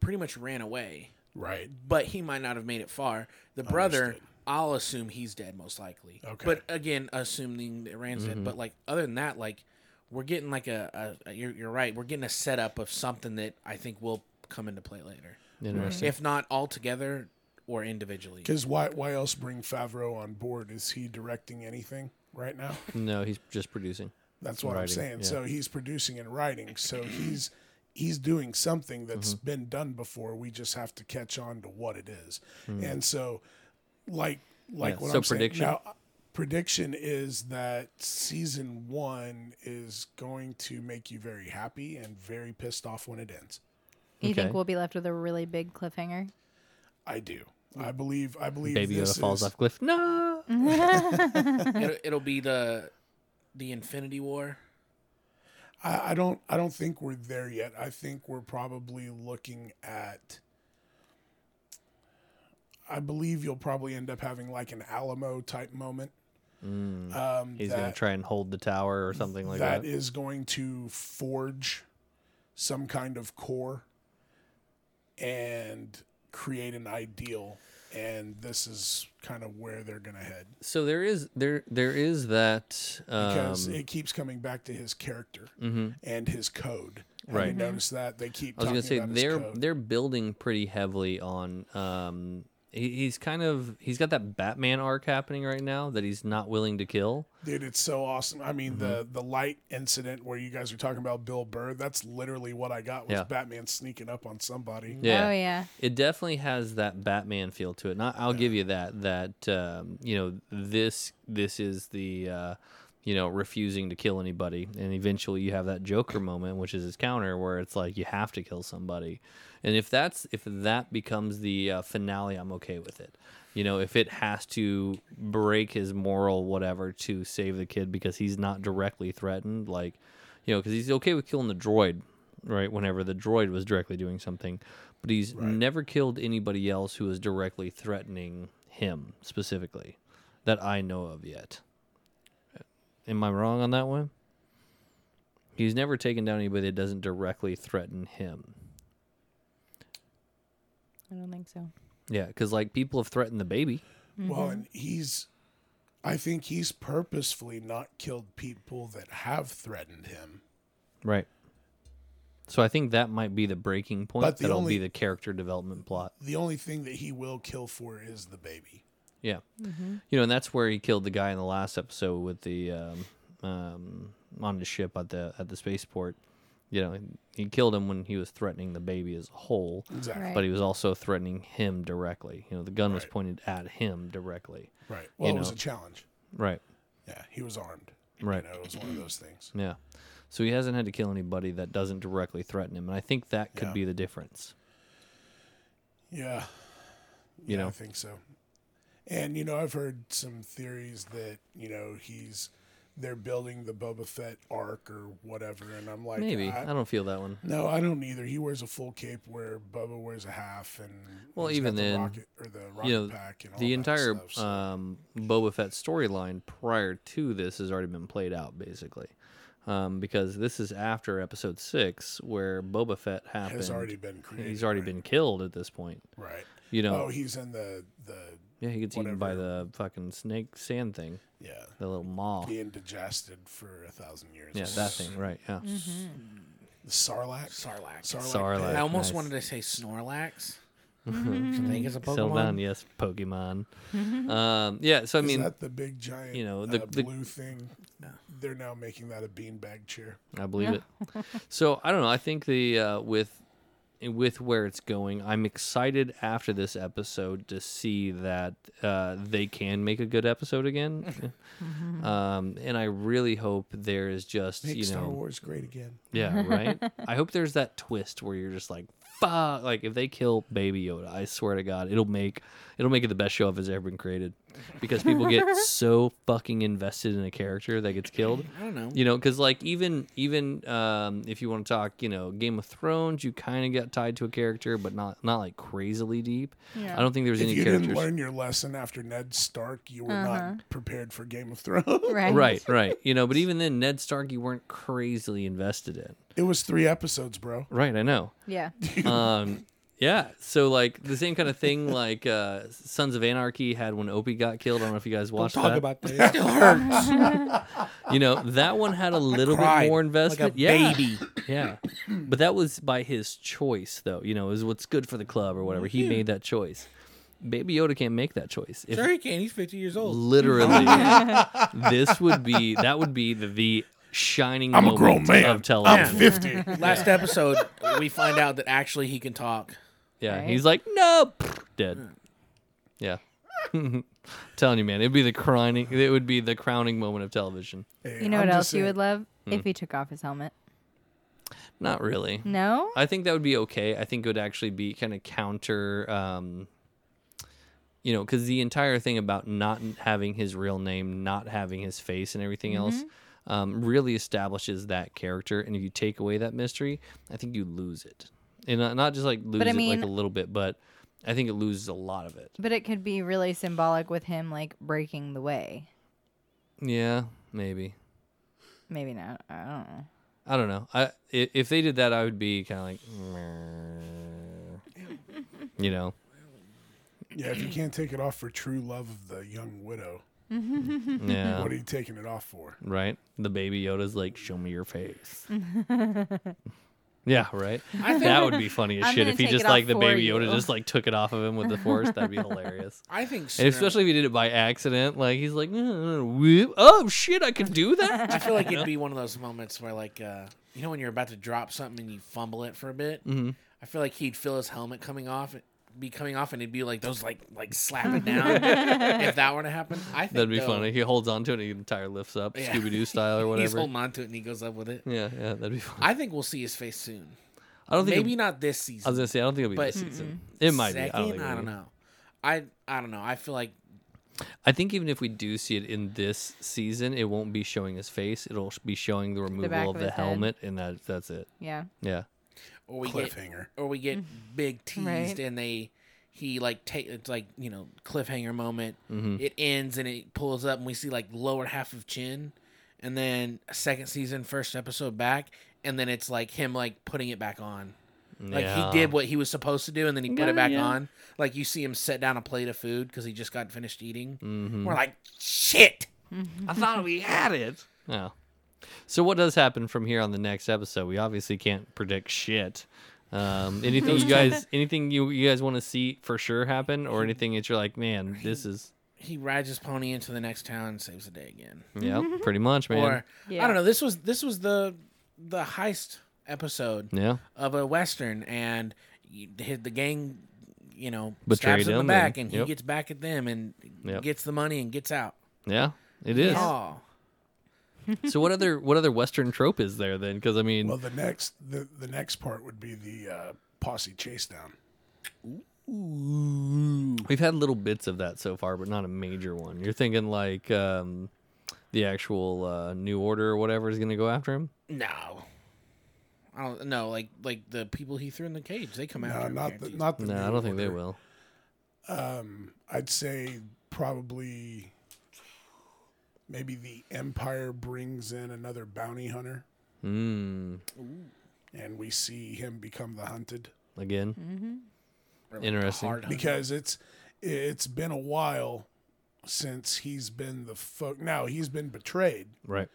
S4: pretty much ran away,
S1: Right.
S4: but he might not have made it far. The brother. I'll assume he's dead most likely.
S1: Okay.
S4: But again, assuming that Rand's
S2: Mm-hmm.
S4: dead. But like other than that, like we're getting like a, a, a you're, you're right. We're getting a setup of something that I think will come into play later,
S2: Interesting.
S4: if not all together or individually.
S1: Because why, why else bring Favreau on board? Is he directing anything right now?
S2: No, he's just producing.
S1: That's what I'm
S2: Writing,
S1: saying.
S2: yeah.
S1: So he's producing and writing. So he's he's doing something that's
S2: Mm-hmm.
S1: been done before. We just have to catch on to what it is. And so, like like
S2: Mm. Yeah,
S1: what
S2: so
S1: I'm
S2: prediction.
S1: saying now, prediction is that season one is going to make you very happy and very pissed off when it ends.
S3: You
S2: Okay.
S3: think we'll be left with a really big cliffhanger?
S1: I do. I believe. I believe.
S2: Baby
S1: this
S2: Yoda falls
S1: is,
S2: off cliff. No.
S4: it'll, it'll be the the Infinity War.
S1: I, I don't I don't think we're there yet. I think we're probably looking at I believe you'll probably end up having like an Alamo type moment. um,
S2: Mm. He's gonna
S1: that,
S2: try and hold the tower or something like that.
S1: that is going to forge some kind of core and create an ideal and this is kind of where they're gonna head.
S2: so there is there there is that um,
S1: Because it keeps coming back to his character
S2: mhm.
S1: and his code. Have
S2: Right.
S1: You notice that they keep.
S2: I was
S1: talking
S2: gonna say
S1: about his
S2: they're
S1: code.
S2: they're building pretty heavily on. Um, he, he's kind of he's got that Batman arc happening right now that he's not willing to kill.
S1: Dude, it's so awesome. I mean, the
S2: Mm-hmm.
S1: the light incident where you guys were talking about Bill Burr, that's literally what I got was
S2: Yeah.
S1: Batman sneaking up on somebody.
S2: Yeah.
S3: Oh yeah.
S2: It definitely has that Batman feel to it. And I, I'll give you that. That um, you know this this is the uh, you know refusing to kill anybody, and eventually you have that Joker moment, which is his counter, where it's like you have to kill somebody. And if that's if that becomes the uh, finale, I'm okay with it. You know, if it has to break his moral whatever to save the kid because he's not directly threatened, like you know, because he's okay with killing the droid, right? Whenever the droid was directly doing something, but he's never killed anybody else who was directly threatening him specifically that I know of yet. Am I wrong on that one? He's never taken down anybody that doesn't directly threaten him.
S3: I don't think so.
S2: Yeah, because like people have threatened the baby.
S1: Well, and he's, I think he's purposefully not killed people that have threatened him.
S2: Right. So I think that might be the breaking point.
S1: But the
S2: That'll
S1: only-
S2: be the character development plot.
S1: The only thing that he will kill for is the baby.
S2: Yeah. You know, and that's where he killed the guy in the last episode with the um, um, on the ship at the at the spaceport. You know, he killed him when he was threatening the baby as a whole,
S1: Exactly.
S3: Right.
S2: but he was also threatening him directly. You know, the gun was pointed at him directly.
S1: Right. Well,
S2: You
S1: it was
S2: know.
S1: a challenge.
S2: Right.
S1: Yeah, he was armed.
S2: Right.
S1: You know, it was one of those things.
S2: Yeah. So he hasn't had to kill anybody that doesn't directly threaten him, and I think that could
S1: Yeah.
S2: be the difference.
S1: Yeah.
S2: You
S1: Yeah,
S2: know.
S1: I think so. And you know, I've heard some theories that you know he's they're building the Boba Fett arc or whatever, and I'm like,
S2: Maybe
S1: I-
S2: I don't feel that one.
S1: no, I don't either. He wears a full cape where Bubba wears a half, and
S2: Well,
S1: he's got
S2: even
S1: the
S2: then,
S1: rocket, or the rocket
S2: you know,
S1: pack and all
S2: the
S1: that
S2: entire
S1: stuff, so-
S2: um, Boba Fett storyline prior to this has already been played out, basically, um, because this is after Episode Six, where Boba Fett happened.
S1: has already been created.
S2: he's already been killed at this point.
S1: right.
S2: You know,
S1: Oh, he's in the the
S2: yeah, he gets eaten by the fucking snake sand thing,
S1: yeah
S2: the little maw.
S1: being digested for a thousand years.
S2: Yeah, that thing, right? Yeah,
S1: The Sarlacc.
S4: Sarlacc.
S1: Sarlacc.
S2: Sarlacc.
S4: I
S2: nice.
S4: almost
S2: Mm-hmm.
S4: wanted to say Snorlax. which I think it's a
S2: Settle down,
S4: Pokemon.
S2: yes, Pokemon. um, yeah, so I
S1: I
S2: mean,
S1: mean, is that the big giant?
S2: you know, the-
S1: uh,
S2: the-
S1: blue thing. They're now making that a beanbag chair.
S2: I believe it. So I don't know. I think the uh, with with where it's going, I'm excited after this episode to see that uh, they can make a good episode again. um, and I really hope there is just
S1: Make
S2: you
S1: Star
S2: know,
S1: Wars great again.
S2: yeah, right. I hope there's that twist where you're just like. Fuck! Like if they kill Baby Yoda, I swear to God, it'll make it'll make it the best show if it's ever been created. because people get so fucking invested in a character that gets killed.
S4: I don't know.
S2: You know, because like even even um, if you want to talk, you know, Game of Thrones, you kind of got tied to a character, but not not like crazily deep.
S3: Yeah.
S2: I don't think there was
S1: If
S2: any
S1: you
S2: characters.
S1: didn't learn your lesson after Ned Stark, you were not prepared for Game of Thrones.
S3: Uh-huh. Right.
S2: Right, right. You know, but even then, Ned Stark, you weren't crazily invested in.
S1: It was three episodes, bro.
S2: Right, I know.
S3: Yeah.
S2: Um, yeah. So like the same kind of thing. Like uh, Sons of Anarchy had when Opie got killed. I don't know if you guys watched
S4: Talk
S2: that.
S4: about this. It still hurts.
S2: you know, that one had a little
S4: Cried
S2: bit more
S4: Like
S2: investment.
S4: a
S2: yeah,
S4: baby.
S2: yeah. But that was by his choice, though. You know, is what's good for the club or whatever. He made that choice. Baby Yoda can't make that choice. If
S4: Sure he can. He's 50 years old.
S2: literally, this would be that would be the, the shining
S1: I'm a
S2: moment
S1: grown man.
S2: of television.
S1: I'm 50.
S4: Last episode, we find out that actually he can talk.
S2: Yeah,
S3: Right?
S2: he's like, no, dead. Yeah, telling you, man, it'd be the crowning. It would be the crowning moment of television.
S1: Hey,
S3: You know
S1: I'm
S3: what
S1: just
S3: else
S1: saying,
S3: you would love?
S2: Hmm.
S3: If he took off his helmet.
S2: Not really.
S3: No?
S2: I think that would be okay. I think it would actually be kind of counter, um, you know, because the entire thing about not having his real name, not having his face, and
S3: Mm-hmm.
S2: everything else. Um, really establishes that character, and if you take away that mystery, I think you lose it, and not- not just like lose
S3: I
S2: it
S3: mean-
S2: like a little bit, but I think it loses a lot of it.
S3: But it could be really symbolic with him like breaking the way.
S2: Yeah, maybe.
S3: Maybe not. I don't know.
S2: I don't know. I i- if they did that, I would be kind of like, "Meh." you know,
S1: Yeah, if you can't take it off for true love of the young widow,
S2: yeah, Um,
S1: what are you taking it off for?
S2: right. The baby Yoda's like, show me your face. yeah, right.
S4: I think,
S2: That would be funny as
S3: I'm
S2: shit
S3: gonna
S2: if he
S3: take
S2: just
S3: it
S2: like
S3: off
S2: the
S3: for
S2: baby
S3: you.
S2: Yoda just like took it off of him with the force. That'd be hilarious.
S4: I think so.
S2: And especially if he did it by accident, like he's like, "Mm, whoop. oh shit, I can do
S4: I
S2: that.
S4: feel like it'd be one of those moments where, like, uh, you know, when you're about to drop something and you fumble it for a bit.
S2: Mm-hmm.
S4: I feel like he'd feel his helmet coming off, be coming off, and it'd be like those, like, like slap it down. if that were to happen, I think
S2: That'd be
S4: though,
S2: funny. He holds on to it and the entire lifts up,
S4: Yeah.
S2: Scooby Doo style or
S4: He's
S2: whatever.
S4: holding on to it and he goes up with it.
S2: Yeah, yeah, that'd be funny.
S4: I think we'll see his face soon.
S2: I don't think it'd
S4: Maybe not this
S2: I was
S4: season.
S2: gonna say I don't think it'll be
S4: But-
S2: this season. It might
S4: Second,
S2: be. I don't, think
S4: I don't
S2: know.
S4: know. I I don't know. I feel like
S2: I think even if we do see it in this season, it won't be showing his face. It'll sh- be showing the removal
S3: back
S2: of
S3: of
S2: the
S3: his head.
S2: helmet, and that that's it.
S3: Yeah.
S2: Yeah.
S4: or we get
S1: Cliffhanger.
S4: or we get big teased
S3: Mm-hmm. Right.
S4: and they he like take it's like you know cliffhanger moment.
S2: Mm-hmm.
S4: It ends and it pulls up and we see like lower half of chin, and then second season first episode back, and then it's like him like putting it back on. Like
S2: Yeah.
S4: he did what he was supposed to do, and then he put
S2: Yeah,
S4: it back
S2: yeah.
S4: on. Like you see him set down a plate of food because he just got finished eating.
S2: Mm-hmm.
S4: We're like, shit.
S2: I thought we had it. Yeah. So what does happen from here on the next episode? We obviously can't predict shit. Um, anything you guys, anything you you guys want to see for sure happen, or anything that you're like, man, this is
S4: He rides his pony into the next town and saves the day again.
S2: yeah, pretty much, man.
S4: Or I
S3: Yeah.
S4: don't know. This was this was the the heist episode
S2: yeah,
S4: of a western, and y- the the gang, you know,
S2: Betrayed
S4: stabs him in
S2: him
S4: the back,
S2: and-
S4: and, he
S2: yep.
S4: gets back at them and
S2: Yep.
S4: gets the money and gets out.
S2: yeah, it is.
S4: Oh,
S2: So what other what other Western trope is there then? Because I mean,
S1: Well, the next the, the next part would be the uh, posse chase down.
S2: We've had little bits of that so far, but not a major one. You're thinking like um, the actual uh, New Order or whatever is going to go after him?
S4: no. I don't know, like like the people he threw in the cage, they come
S1: No,
S4: after him.
S1: not the
S4: guaranteed.
S1: not the.
S2: No,
S1: New
S2: I don't think they
S1: Order.
S2: will.
S1: I'd say probably maybe the Empire brings in another bounty hunter,
S2: Mm,
S1: and we see him become the hunted.
S2: again,
S3: Mm-hmm.
S4: Or like
S2: interesting.
S4: hard hunter.
S1: because it's it's been a while since he's been the folk. Now he's been betrayed,
S2: right?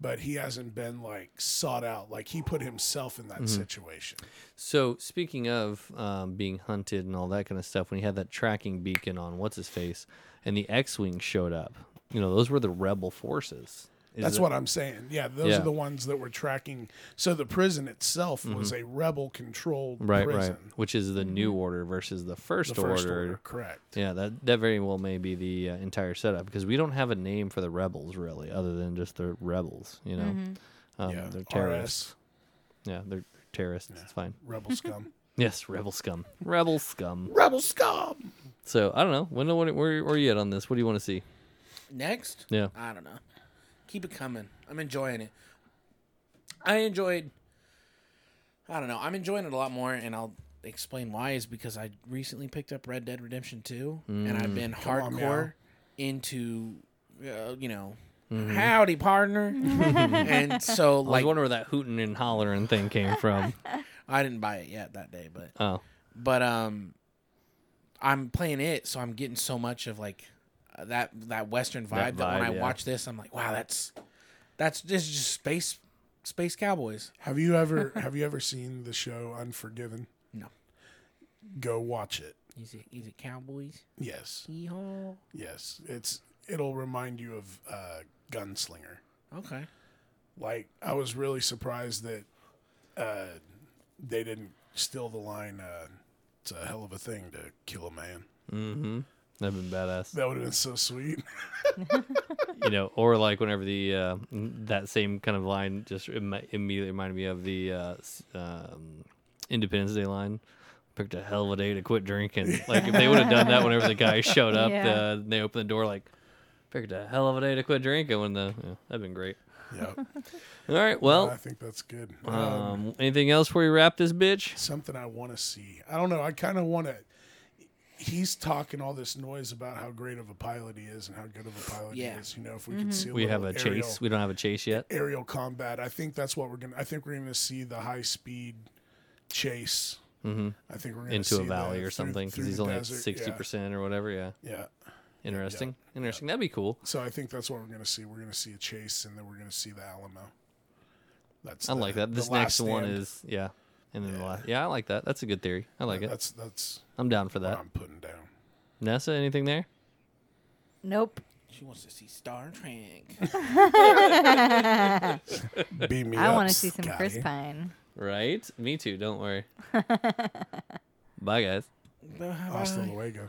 S1: but he hasn't been like sought out. Like he put himself in that
S2: Mm-hmm.
S1: situation.
S2: So speaking of um, being hunted and all that kind of stuff, when he had that tracking beacon on, what's his face, and the X-wing showed up, you know, those were the rebel forces. Is
S1: That's
S2: it-
S1: what I'm saying. Yeah, those
S2: Yeah.
S1: are the ones that were tracking. So the prison itself was a rebel controlled
S2: Mm-hmm. Right,
S1: prison.
S2: right. Which is the New Order versus the First,
S1: The first
S2: order.
S1: order, correct.
S2: Yeah, that that very well may be the uh, entire setup because we don't have a name for the rebels really, other than just the rebels. You know, um,
S1: Yeah,
S2: they're
S1: RS.
S2: terrorists. Yeah, they're terrorists. It's fine.
S1: Rebel scum.
S2: Yes, rebel scum. Rebel scum.
S4: Rebel scum.
S2: So I don't know. When, when where, where are you at on this? What do you want to see?
S4: Next.
S2: Yeah.
S4: I don't know. Keep it coming. I'm enjoying it. I enjoyed. I don't know. I'm enjoying it a lot more, and I'll explain why. Is because I recently picked up Red Dead Redemption 2, and I've been
S1: on,
S4: hardcore into, uh, you know, howdy partner, and so
S2: I was
S4: like
S2: wondering where that hooting and hollering thing came from.
S4: I didn't buy it yet that day, but
S2: Oh,
S4: but um i'm playing it so i'm getting so much of like uh, that that western vibe that,
S2: That
S4: when i
S2: vibe, yeah.
S4: watch this i'm like wow that's that's just, just space space cowboys
S1: Have you ever have you ever seen the show Unforgiven?
S4: No.
S1: Go watch it.
S4: is it is it cowboys
S1: Yes.
S4: Yeehaw.
S1: Yes. It's it'll remind you of uh, Gunslinger.
S4: okay
S1: Like I was really surprised that uh, they didn't steal the line. Uh, it's a hell of a thing to kill a man.
S2: that'd been badass.
S1: That would have been so sweet.
S2: you know, or like whenever the uh, that same kind of line just Im- immediately reminded me of the uh, s- um, Independence Day line. Picked a hell of a day to quit drinking. Like if they would have done that whenever the guy showed up,
S3: Yeah.
S2: uh, and they opened the door like, picked a hell of a day to quit drinking. When the yeah, that'd been great.
S1: yep.
S2: All right, well,
S1: I think that's good.
S2: um, anything else before we wrap this bitch?
S1: something I want to see. I don't know. I kind of want to. He's talking all this noise about how great of a pilot he is and how good of a pilot
S4: Yeah.
S1: he is. You know, if we could see a
S2: We have a
S1: little aerial,
S2: chase. We don't have a chase yet.
S1: aerial combat. I think that's what we're gonna. I think we're gonna see the high speed chase. I think we're gonna
S2: Mm-hmm. into
S1: see
S2: a valley
S1: that
S2: or
S1: through-
S2: something because
S1: through
S2: he's
S1: the
S2: only
S1: desert.
S2: at sixty percent or whatever. Yeah,
S1: Yeah. yeah.
S2: interesting, interesting. That'd be cool.
S1: So I think that's what we're gonna see. We're gonna see a chase, and then we're gonna see the Alamo. That's
S2: I like
S1: the-
S2: that.
S1: the
S2: This
S1: last
S2: next one
S1: stand.
S2: is yeah, and then the last. Yeah, I like that. That's a good theory. I like it.
S1: That's that's
S2: I'm down for
S1: what
S2: that.
S1: I'm putting down.
S2: NASA, anything there?
S3: Nope.
S4: she wants to see star trek
S1: Beam me
S3: I
S1: up,
S3: want to see some
S1: Scotty.
S3: Chris Pine.
S2: Right? Me too. Don't worry. Bye, guys.
S1: Hasta luego.